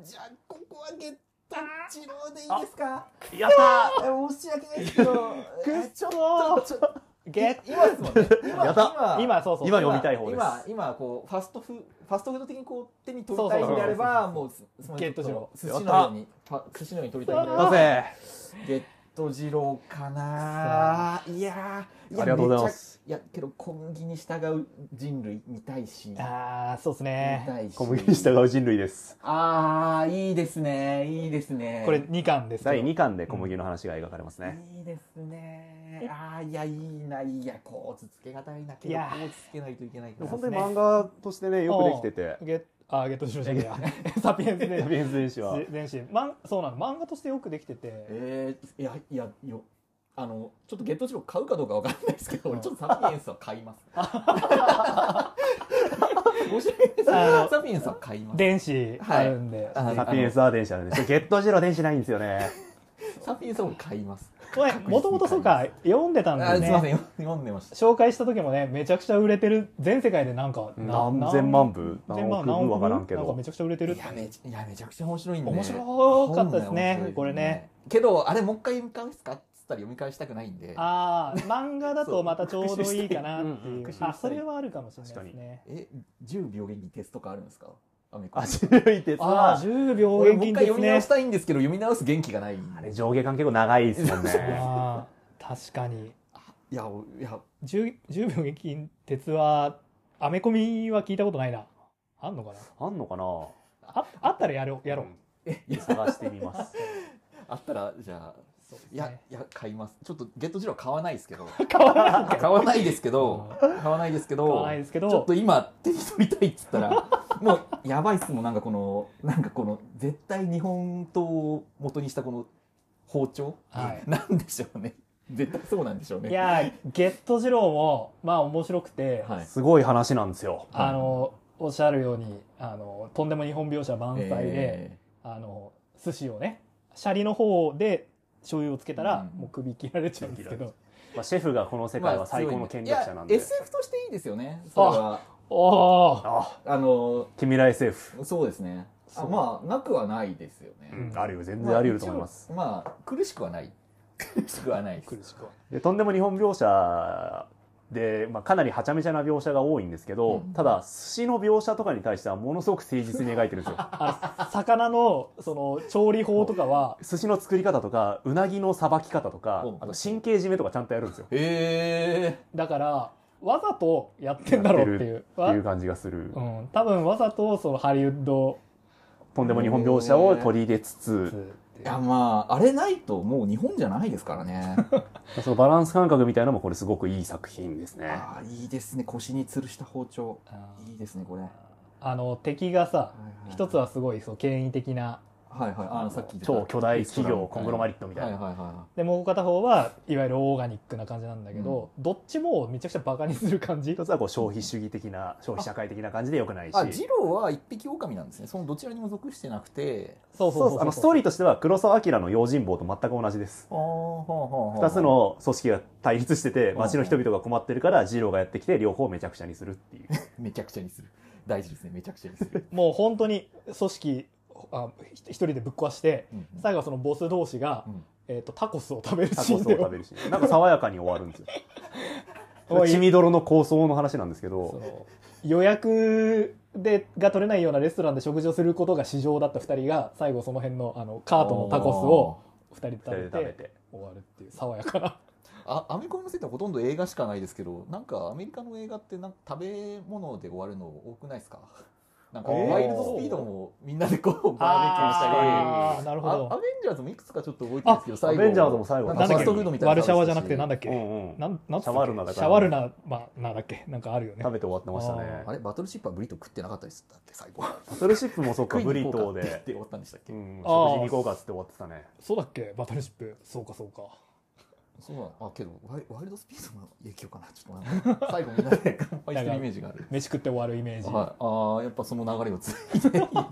C: じゃあここはゲッタチローでいいですか
B: やった
C: え申し訳ないですけ どえちょっとちょっと
A: ゲ
C: 今ですもんね今
B: やだ
A: ッ今、そうそう。
B: 今読みたい方です
C: 今今こうファストフファストフード的にこう手に取りたいんであればもうすすいません
A: ゲットジロ
C: 寿司のようにファ寿司のように取りたいんであれ
B: だ
C: ば
B: ぜ
C: ゲットジローかないやーいや
B: ありがとうございます
C: めちゃいやけど小麦に従う人類見たいし見た
A: ああ、そうですね。
C: いし
B: 小麦に従う人類です
C: ああいいですねいいですね
A: これ2巻ですけど
B: 第2巻で小麦の話が描かれますね、
C: いいですね。ああ、いや、いいな、いや、こう、つつけがたいな、け
A: い
C: ど、
A: や
C: こうつけないといけないか
B: でも
C: ら。
B: 本当に漫画としてねよくできてて
A: うんゲッあーゲットしましたけど サピエンス
B: サ
A: で
B: ピエンス電子は
A: 全身まんそうなの漫画としてよくできてて
C: ええいや、いや、よ、あの、ちょっとゲットジロー買うかどうかわかんないですけど、俺ちょっとサピエンスは買います。申し訳ないです
A: あの
C: サピエンスは買います。
A: 電子あるんで、
C: はい
B: サピエンスは電子ある んですゲットジロー電子ないんですよね
C: サピエンスは俺買います。
A: これもともとそうか読んでた
C: あ
A: ん
C: ー、
A: です
C: すいま
A: ね
C: せん、よ読んでました。
A: 紹介した時もねめちゃくちゃ売れてる全世界でなんかな
B: 何千万部
A: 何千
B: 何
A: 万
B: 億
A: 何億
B: 部わ
A: 部
B: からんけ
A: なんか
B: ど
A: めちゃくちゃ売れてる
C: いやめちいやめちゃくちゃ面白いんで
A: 面白かったですね
C: 本来面白い
A: これね
C: けどあれもう一回読み返すかっつったら読み返したくないんで
A: ああ漫画だとまたちょうどいいかなっていう
B: 復習
C: したいうんうん復習したい
A: あそれはあるかもしれないですね
C: え10秒元気テストとかあるんですかアメコミ
B: あ種類って
A: あ
B: さ
A: あ10秒
C: 俺
A: 現
C: もう一
A: 金
C: 回
A: で
C: 読
A: す
C: み直
A: ね
C: したいんですけど読み直す元気がない
B: あれ上下関結構長いですも んね
A: あー確かに
C: いやおいや
A: 10, 10秒現金鉄はアメコミは聞いたことないなあんのかな
B: あんのかな
A: ああったらやろうやろう、
B: うん 探してみます
C: あったらじゃあ
A: そうです
C: い
A: ね
C: やいや買いますちょっとゲットジロー買わないです けど
A: 買わないんか
C: 買わないですけど買わないですけど
A: 買わないですけど
C: ちょっと今手に取りたいっつったらもうやばいっすもんなんかこのなんかこの絶対日本刀を元にしたこの包丁、
A: はい
C: なんでしょうね絶対そうなんでしょうね
A: いやーゲット二郎もまあ面白くて、
C: はい
B: すごい話なんですよ
A: あのおっしゃるようにあのとんでも日本描写満載で、
C: え
A: あの寿司をねシャリの方で醤油をつけたら、
C: うん
A: もう首切られちゃうんですけ
B: 切られ
A: ど
B: まあシェフがこの世
C: え
B: 界は最高の権力者なん
C: い
B: で
C: や SF としていいですよねそれは
A: おー
B: あ
C: あの
B: 君ら SF
C: そうですねあ
A: そう
C: まあなくはないですよね、
A: ん
B: あるよ全然あり得ると思います
C: まあ、一応まあ苦しくはない苦しく はないです
A: 苦しくは
B: でとんでも日本描写で、まあ、かなりはちゃめちゃな描写が多いんですけど、
C: うん
B: ただ寿司の描写とかに対してはものすごく誠実に描いてるんですよ
A: あの魚のその調理法とかは
B: 寿司の作り方とかうなぎのさばき方とか
C: うん
B: あと神経締めとかちゃんとやるんですよ
C: へえ
A: だからわざとやってんだろうっていう
B: っていう感じがする、
A: うん、多分わざとそのハリウッド
B: とんでも日本描写を取り入れつつ
C: いやまああれないともう日本じゃないですからね
B: そのバランス感覚みたいなのもこれすごくいい作品ですね
C: ああいいですね腰に吊るした包丁
A: あー
C: いいですねこれ、はい
A: あの敵がさ
C: はい
A: 一つはすごいそう権威的な
C: はいはいあのさっき言ってた
B: 超巨大企業コングロマリットみたいな、
C: はいはいは
A: でもう片方はいわゆるオーガニックな感じなんだけど、どっちもめちゃくちゃバカにする感じ
B: 一つはこう消費主義的な消費社会的な感じでよくないし
C: いはいあジローは一匹狼なんですねそのどちらにも属してなくて
A: そう
B: そうそうあのストーリー
A: と
B: としては黒澤明の用心棒と全く同じです
C: ああはあは
B: 2つの組織が対立してて
C: ん
B: 街の人々が困ってるからジローがやってきて両方をめちゃくちゃにするっていう
C: めちゃくちゃにする大事ですねめちゃくちゃに する、
A: もう本当に組織あひ一人でぶっ壊して
C: うん
A: 最後はそのボス同士が、
C: うん
A: えー、とタコスを食べる
B: タコ
A: シー
B: スを
A: ンで
B: 食べるしなんか爽やかに終わるんですよ
A: おい
B: 血みどろの構想の話なんですけ
A: そ
B: ど、
A: の予約でが取れないようなレストランで食事をすることが市場だった2人が最後その辺のあのカートのタコスを2人で
B: 二人で
A: 食べ
B: 食べ
A: て
B: て。
A: 終わるっていう爽やか な
C: あアメコミのせいってほとんど映画しかないですけどなんかアメリカの映画ってなんか食べ物で終わるの多くないですか なんか
B: えー
C: ワイルドスピードもみんなでこうバーベキューしたり
A: あーなるほ
C: あア
A: ど
C: ベンジャーズもいくつかちょっと覚えてるんですけど
B: ア
C: 最後
B: ベンジャーズも最後
C: な。ん
A: な
C: か
A: んだっ
C: ファ
A: け
C: ストフードみたいな
A: ワルシャワじゃなくてなんだっけ、
B: うんうん
A: なんなんつったっけ
B: シャワルナだから
A: シャワルナ、まあ、なんだっけなんかあるよね
B: 食べて終わってましたね
C: あ。れバトルシップはブリトー食ってなかったですだって最後
B: バトルシップもそうか、
C: 食
B: ブ
C: いに
B: リト
C: 行
B: ー
C: こうかって言っ
B: で
C: て。終わったんでしたっけ、
B: うん、
A: あー
B: 食事に行こうかっつって終わってたね。
A: そうだっけバトルシップそうかそうか
C: そうなのあけどワイワイルドスピードの影響かなちょっとなんか最後みんなで乾杯してるイメー ジがある
A: 飯食って終わるイメージ、
C: はい、ああやっぱその流れをついて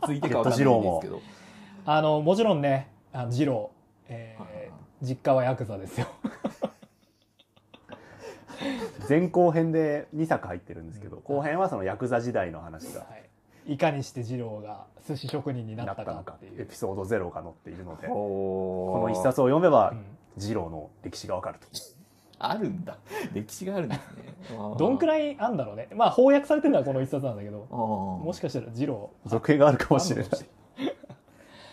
C: ついてかわかんないんですけど
A: あのもちろんねあの二郎、えー
C: はいはいは
A: 実家はヤクザですよ
B: 前後編で2作入ってるんですけど、後編はそのヤクザ時代の話が
A: はい、いかにして二郎が寿司職人にな
B: な
A: っ
B: った
A: た
B: の
A: か
B: か
A: ってい、
B: エ
A: う、
B: ピソードゼロが載っているので、こ
C: こ
B: の一冊を読めば
A: う、ん
B: 二郎の歴史がわかると。
C: あるんだ 歴史があるんですね
A: どんく
C: い
A: らいあんだろうねまあ翻訳されてるのはこの一冊なんだけども
C: も
A: しかしたら二郎
B: 続編があるかもしれない。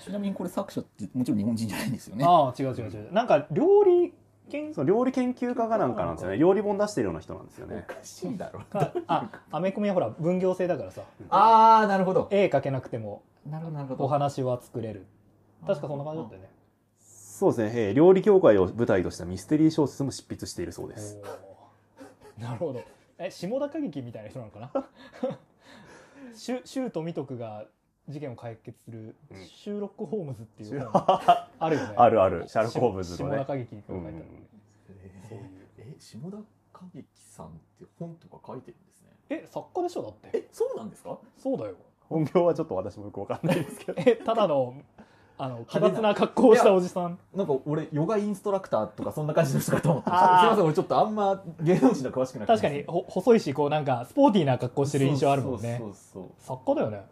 C: ちなみにこれ作者ってもちろん日本人じゃないんですよね
A: ああ違う違う違うなんか料理研
B: その料理研究家がなんかなんですよね。料理本出してるような人なんですよ
C: お
B: ね。
C: かしいだろ
A: かあアメコミはほら分業制だからさ
C: ああなるほど
A: 絵描けなくても
C: なるほどなるほど
A: お話は作れる確かそんな感じだったよね
B: そうですね、えー料理協会を舞台としたミステリー小説も執筆しているそうです。
A: おーなるほどえ下田歌劇みたいな人なのか なシュシュート美徳が事件を解決する
B: うん
A: シューロック・ホームズっていう本
B: あ
A: あるよね
B: るある、シャーロック・ホームズの
A: 下田
B: ね。
A: 歌劇って書いてある、
B: うん
A: そういう
C: え下田景樹さんって本とか書いてるんですね
A: え作家でしょだって
C: えそうなんですか
A: そうだよ
B: 本業はちょっと私もよくわかんないですけど。
A: えただのあの奇
C: 派手
A: 抜
C: な
A: な格好をしたおじさん
C: なんか俺ヨガインストラクターとかそんな感じの人かと思ってまし
A: あー
C: たすいません俺ちょっとあんま芸能人の詳しくなくて
A: 確かにほ細いしこうなんかスポーティーな格好してる印象あるもんね
C: そうそうそうそう
A: 作家だよね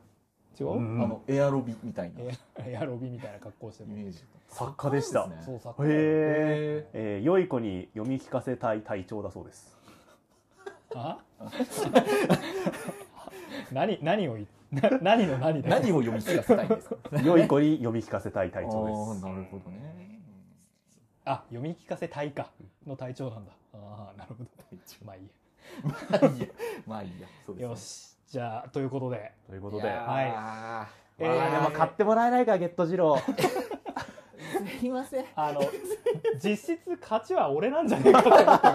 A: 違う、
B: うん
C: あのエアロビみたいなイ
A: えエアロビみたいな格好してる
C: メージ
B: 作家でした。
A: そう作
B: へ
A: 家だよ
B: ええ
C: へー
B: ー良い子に読み聞かせたい隊長だそうです。
A: あ 何何を言っな何の何だよ
C: 何を読み聞かせたいんですか
B: 良い子に読み聞かせたい
C: あ
B: 隊長
C: ー
B: です。
C: なるほどね
A: あ読み聞かせ隊かの隊長なんだああなるほどまあいい
C: まあいいやまあいいやそう
A: やよ
C: です
A: しじゃあということで
B: ということ
C: い
B: で。
C: やー
A: はい
C: あ
A: え
C: ー
A: ー
B: あーで
A: ま
B: も買ってもらえないか、ゲットジロー。
C: すいません
A: あの実質勝ちは俺なんじゃねえかと思った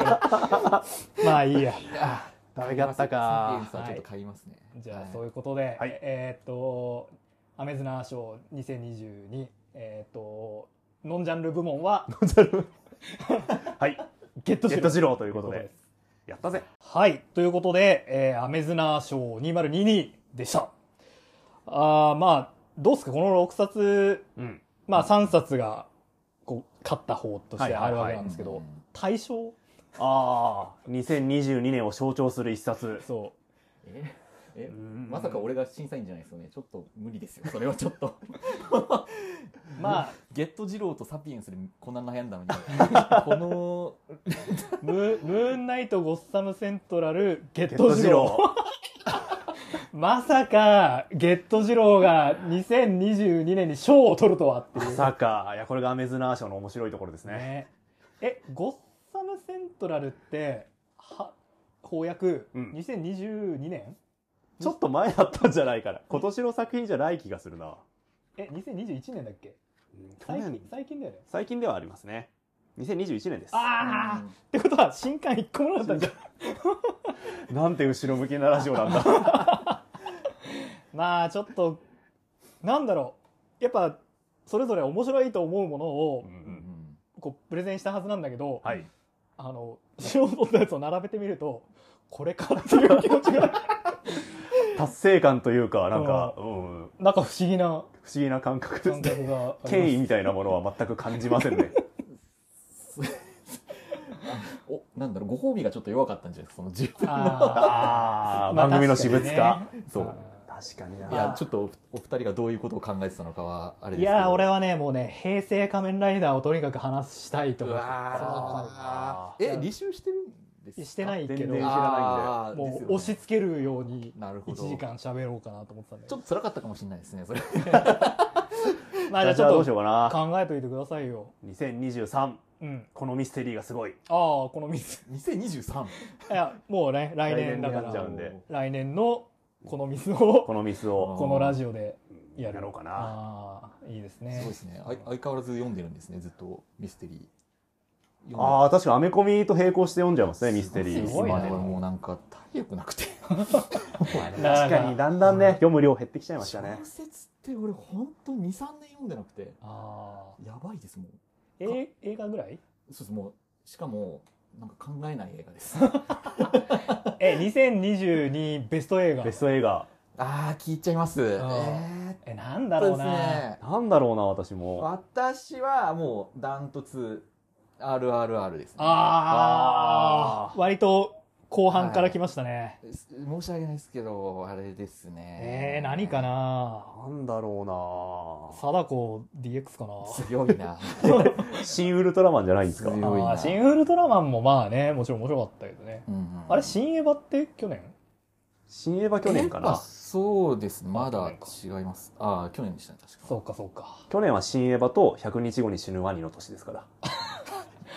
A: けどまあいいや
C: あ
B: ダメだった
C: ーゲーム
B: か。
C: さんちょっと買いますね
A: じゃあそう
C: い
A: いううことで、
B: はい
A: えーっと「アメズナー賞2022」えーっとノンジャンル部門は
B: はい。
A: ゲット
B: ゲ
A: しろ
B: ット
A: とい
B: ジローというう
A: こ
B: ことと
A: で。
B: ですやったぜ。
A: はい。ということで、えーアメズナー賞2022でした。あーまあ、どうですかこの6冊、
B: うん。
A: まあ3冊が、こう、勝った方としてあるわけなんですけど、
C: はいはい
A: 対象
B: ああ、2022年を象徴する一冊。
A: そ
C: ええ
B: うん
C: まさか俺が審査員じゃないですよねちょっと無理ですよそれはちょっと
A: う。ま
C: ゲット二郎とサピエンスでこんな悩んだのに この
A: あ、ムームーンナイト、ゴッサムセントラル、ゲッ
B: ゲッ
A: ト
B: ト
A: ジ
B: ジ
A: ロ
B: ロ
A: ー。まさか、ゲットジローが2022年に賞を取るとはって
B: ー。
A: い
B: ま
A: う。
B: さか。いや、これがアメズナー賞の面白いところですね。
A: ね。え、ゴッサムセントラルって、は、翻訳、
B: うん
A: 2022年
B: ちょっと前だったんじゃないかな。今年の作品じゃない気がするな。
A: え、2021年だっけ
B: 去
A: 最近
B: 年、
A: 最近だよね。
B: 最近ではありますね。2021年です。
A: ああ、
C: うん
A: ってことは、新刊一個もなかったんじゃん。
B: なんて後ろ向きなラジオなんだ。
A: まあ、ちょっと、なんだろう。やっぱ、それぞれ面白いと思 うものを
B: う、
C: うんん
A: こう、プレゼンしたはずなんだけど、
B: はい。
A: あの、資料取ったやつを並べてみると、これかっていう気持ちが、
B: 達成感というか、なんか、うんうん
A: なんか不思議な
B: 不思議な感覚です
A: 感
B: ね。
A: 覚があります。
B: 権威みたいなものは全く感じませんね。
C: おなんだろうご褒美がちょっと弱かったんじゃないですかその自 分
A: あー
B: ああ、
A: まあ
B: 番組の私物化
A: 確。かにね
C: そう
B: 確かに
C: い
B: な。
C: やちょっとおお二人がどういうことを考えてたのかはあれ
A: い
C: ですけど
A: やー俺はね、もうね、平成仮面ライダーをとにかく話したいと
C: う
A: 思って。
C: わーえ履修してるんです
A: してないけど
B: 全然知らな
C: あー
A: も
C: ですよ
A: う
C: ね
A: 押し付けるように
C: なるほ
A: 1
C: ど
A: 時間喋ろうかなと思ってたんで
C: ちょっと辛かったかもしれないですねそ れ
A: まあじゃあ
B: じ
A: ち
B: ゃあど
A: ょ
B: う
A: っ
B: しよ
A: と
B: うかな。
A: 考えといてくださいよ
B: 2023、
A: うん
B: このミステリーがすごい。
A: ああこのミス
C: 2023
A: いやもうね来年だか
B: 来年になっちゃう
A: ら
B: んで、
A: 来年のこのミスを
B: このミスを
A: このラジオで
B: や
A: やる
B: ろうかな。
A: ああいいですね
C: すごいですねあい相変わらず読んでるんですねずっとミステリー読んで
B: ああ、確かアメコミと並行して読んじゃいますね、ミステリー。
A: すごい
C: 今
A: な
C: で
B: で
C: はもうなんか体力なくて
B: 確かにだんだんね、読む量減ってきちゃいました
C: 小
B: ね。
C: 説って俺本当に23年読んでなくて
A: ああ
C: やばいですもん
A: え映画ぐらい
C: そうですもうしかもなんか考えない映画です
A: え2022ベスト映画
B: ベスト映画。
C: あー聞いちゃいますえーっ
A: えなんだ
C: と
A: ろ
C: で
A: う
C: す
A: な、
C: ね
B: なんだろうな、私も。
C: 私はもうダントツ RRR ですね
A: あ
B: あ
A: あ
B: ー
A: 割と後半から来ましたね、
C: す申し訳ないですけどあれですね
A: えー、何かな
B: なんだろ
A: 貞子 DX かな
C: 強 いな
B: うな。新ウルトラマンじゃないんですか。
C: 強いな
A: あー新ウルトラマンもまあねもちろん面白かったけどね、
C: うんうん
A: あれ新エヴァって去年
B: 新エヴァ去年か
C: やっ
B: な
C: ぱ。そうですねまだ違いますああ去年でしたね確か
A: そうかそうか
B: 去年は新エヴァと100日後に死ぬワニの年ですから。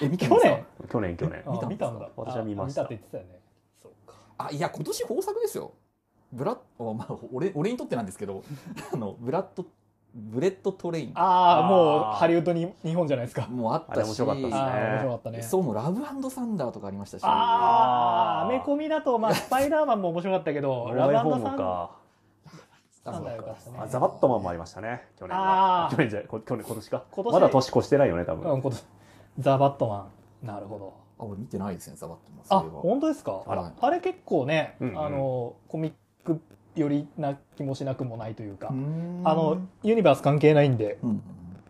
C: え見て
A: 去年
B: 去年、去年。
A: あー
C: 見
A: 見
C: た
A: た
C: ん
A: ん
C: です
A: だ
C: か
B: 私は見ました
A: あ見たって言ってたよねそうか
C: あいや今年豊作ですよブラッおまあ俺俺にとってなんですけど あのブラッドブレッドトレイン
A: あ
B: あー
A: あもうハリウッドに日本じゃないですか
C: もうあっ
B: あれ
C: た
B: 面
C: し
B: 白かったですね
A: ああ面白かったね
C: そうもうラブサンダーとかありましたし
A: ああ
B: あー
A: アメコミだと、まあ、スパイダーマンも面白かったけどラ
B: ラブ
A: ブ
B: ホー
A: サ
B: ム
A: ン
B: か。
C: あそう
A: サンダーよかったね
B: あザバットマンもありましたね。去年は。
A: あ
B: あ
A: ー
B: 去年じゃない、こ去年、今年か。
A: 今年
B: まだ年越してないよね、多分。
A: うんことザ・バットマンなるほど
C: あ俺見てないですねザバットマン
A: あ
C: それは
A: 本当ですか
C: あら
A: あれ結構ね、
B: うんうん
A: あのコミックよりな気もしなくもないというか、
C: うーん
A: あのユニバース関係ないんで
C: うんうん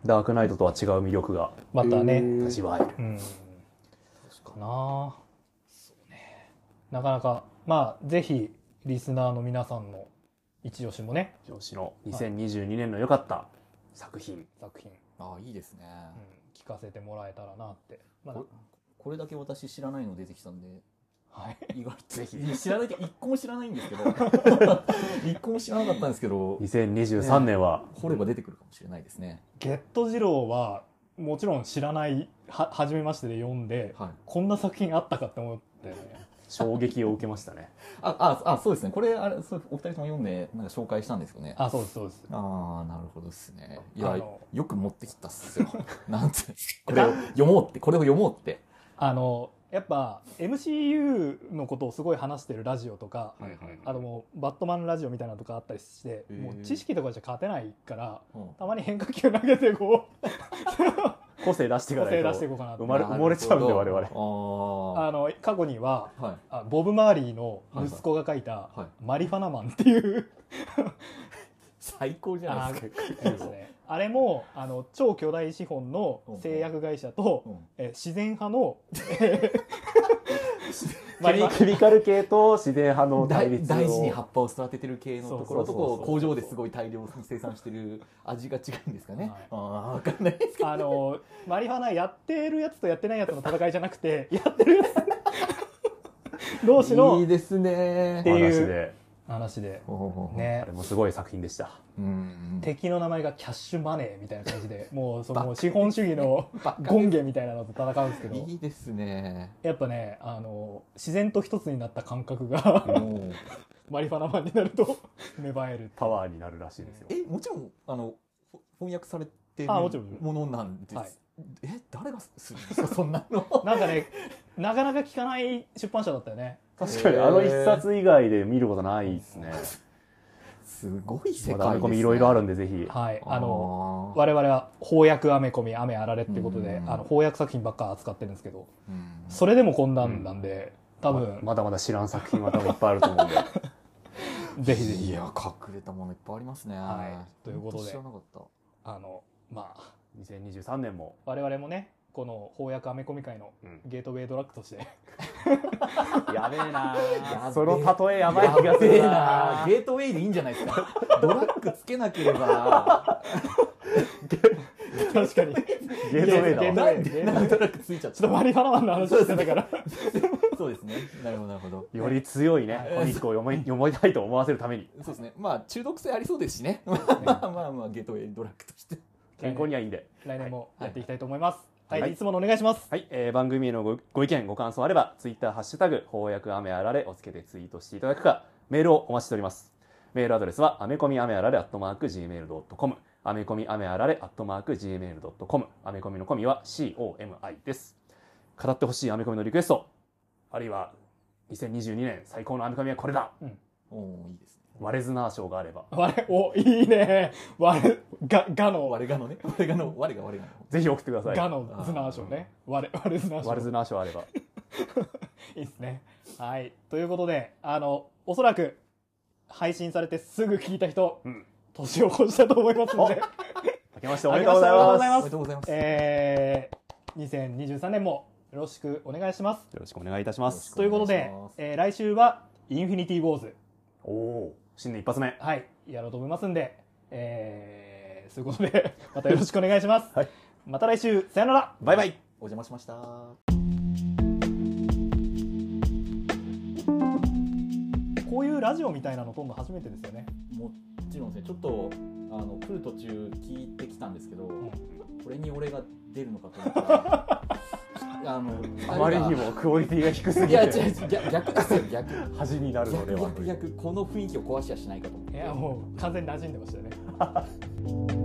B: ダークナイトとは違う魅力が
A: またね、
C: へー
B: 味わえる。
A: うんかなあなかなかまあぜひリスナーの皆さんの一押しもね
B: 上司の2022年の良かった作品。
A: 作品、
C: あいいですね
A: うん、聞かせてもらえたらなって、ま
C: ここれだけ私知らないの出てきたんで
A: あ、はい
C: 意外と
B: ぜひ
C: いや知らないって一個も知らないんですけど 一個も知らなかったんですけど
B: 2023年は、
C: 掘れば出てくるかもしれないですね
A: ゲット二郎はもちろん知らないは初めましてで読んで
C: はい
A: こんな作品あったかって思ったよね
B: 衝撃を受けましたね。
C: あああそうですねこれあれそうお二人とも読んでなんか紹介したんですよねあ
A: あそうですそうです
C: あーなるほどですねい
A: あ
C: や
A: の
C: よく持ってきたっすよ なんてこれを読もうってこれを読もうって
A: あのやっぱ MCU のことをすごい話してるラジオとか、
C: はいはい
A: あともうバットマンラジオみたいなのとかあったりして、
C: へー
A: もう知識とかじゃ勝てないから
C: うん
A: たまに変化球投げてこう
B: 個性出していか
A: 個
B: ない
A: 性
B: と。
A: 出していこうかなと
B: 生まれ埋もれちゃうんで我々
C: なるほどあ
A: あの過去には
C: ーはい
A: あボブ・マーリーの息子が書いた
C: いはい
A: 「マリファナマン」っていう
C: 最高じゃないですか
A: そう ですねあれもあの超巨大資本の製薬会社と、
C: うん
A: えー自然派 の、えーまあ
B: ケミケミカル系と自然派の対
C: 大
B: 立を
C: 大事に葉っぱを育ててる系のところ
B: そうそ
C: とこう
B: うそうそう
C: 工場ですごい大量に生産してる味が違うんですかね、
A: はい
C: ああ分かんないですけど
A: あのマリファナやってるやつとやってないやつの戦いじゃなくてやってるやつ同士
C: いい
A: の
C: ですね
A: ていう
B: 話で。
A: 話で
C: ほうほうほう
B: あ
A: ね
B: れもすごい作品でした。
C: うんうん
A: 敵の名前がキャッシュマネーみたいな感じでもうその資本主義の
C: バカ
A: 権限みたいなのと戦うんですけど
C: いいですね
A: やっぱねあの自然と一つになった感覚が
C: もう
A: マリファナマンになると芽生える
B: パワーになるらしいですよ。
C: えもちろんあのほ翻訳されてる
A: あもちろんもち
C: ものなんです、
A: はい
C: え誰がするんですか そんな の
A: なんかねなかなか聞かない出版社だったよね
B: 確かにあの一冊以外で見ることないですね。
C: すごい世界です、ね、
B: まだアメコミいろいろあるんでぜひ。
A: はいあの
C: の
A: 我々は翻訳アメコミ雨あられってことで、
C: うん
A: あの翻訳作品ばっか扱ってるんですけど
C: うん
A: それでもこんなんなんで、多分、
B: まだまだ知らん作品は多分いっぱいあると思うん
A: ぜ
B: で。
A: ひぜひ
C: いや隠れたものいっぱいありますね、
A: はいということで
C: 本当知らなかった
A: あのまあ
B: 2023年も。
A: 我々もねこの翻訳アメコミ界の
B: うん
A: ゲートウェイドラッグと して
B: やべえな
C: やべえ
B: その例えやばい気がす
C: やべえ
B: る
C: な
B: な
C: ゲートウェイでいいんじゃないですかドラッグつけなければ
A: 確かにち
B: ゲートウェイだ
A: ゲ
B: わ
A: ートウェイ
C: なんでなんでドラッグついちゃっ
A: ょっと
C: た
A: マリファナマンの話してたから
C: そうですね。なるほど、なるほど。
B: より強いね、コミックを読み読みたいと思わせるために、
C: そうですね。まあ、中毒性ありそうですしね。まあまあまあ、ゲートウェイドラッグとして。
B: 健康にはいいんで。
A: 来年もやっていきたいと思います。はい、、
B: はいい
A: つものお願いします。
B: はい、えー番組へのごご意見、ご感想あれば、ツイッター、ハッシュタグ、翻訳雨あられをつけてツイートしていただくか、メールをお待ちしております。メールアドレスは、アメコミアメあられ、アットマーク、gmail.com、アメコミアメあられ、アットマーク、gmail.com、アメコミのコミは COMI です。語ってほしいアメコミのリクエスト、あるいは、2022年最高のアメコミはこれだ
C: おおいいですね。
B: 割れずな賞があれば、
A: 我お、いいね。我、が、がの、
C: 我がのね。我がの、我が我がの。
B: ぜひ送ってください。
A: がのズナーションね。我、我ズナーション
B: 割れずな賞あれ ば。
A: いいですね。はい。ということで、あの、おそらく、配信されてすぐ聞いた人、
B: うん
A: 年を越したと思います ので、
B: 明けましておめでとうございます。
C: お
A: あ
C: めでとうございます。
A: えー、2023年もよろしくお願いします。
B: よろしくお願いいたします。
A: ということで
C: お願いします、
A: えー来週は、インフィニティ・ウォーズ、
B: おおー、新年一発目。
A: はい、やろうと思いますんで、えー、そういうことで、 またよろしくお願いします。
B: はい
A: また来週、さよなら
B: バイバイ。
C: お邪魔しました。
A: こういうラジオみたいなの今度初めてですよね。
C: もちろんですねちょっとあの来る途中聞いてきたんですけど、これに俺が出るのかと思ったらあの
B: あまりにもクオリティが低すぎ
C: いや違う
B: て
C: 違う逆逆ですよ逆
B: 恥になるので
C: 逆
B: は
C: 逆逆この雰囲気を壊しやしないかと思っ
A: い
C: て
A: や、もう完全に馴染んでましたよね。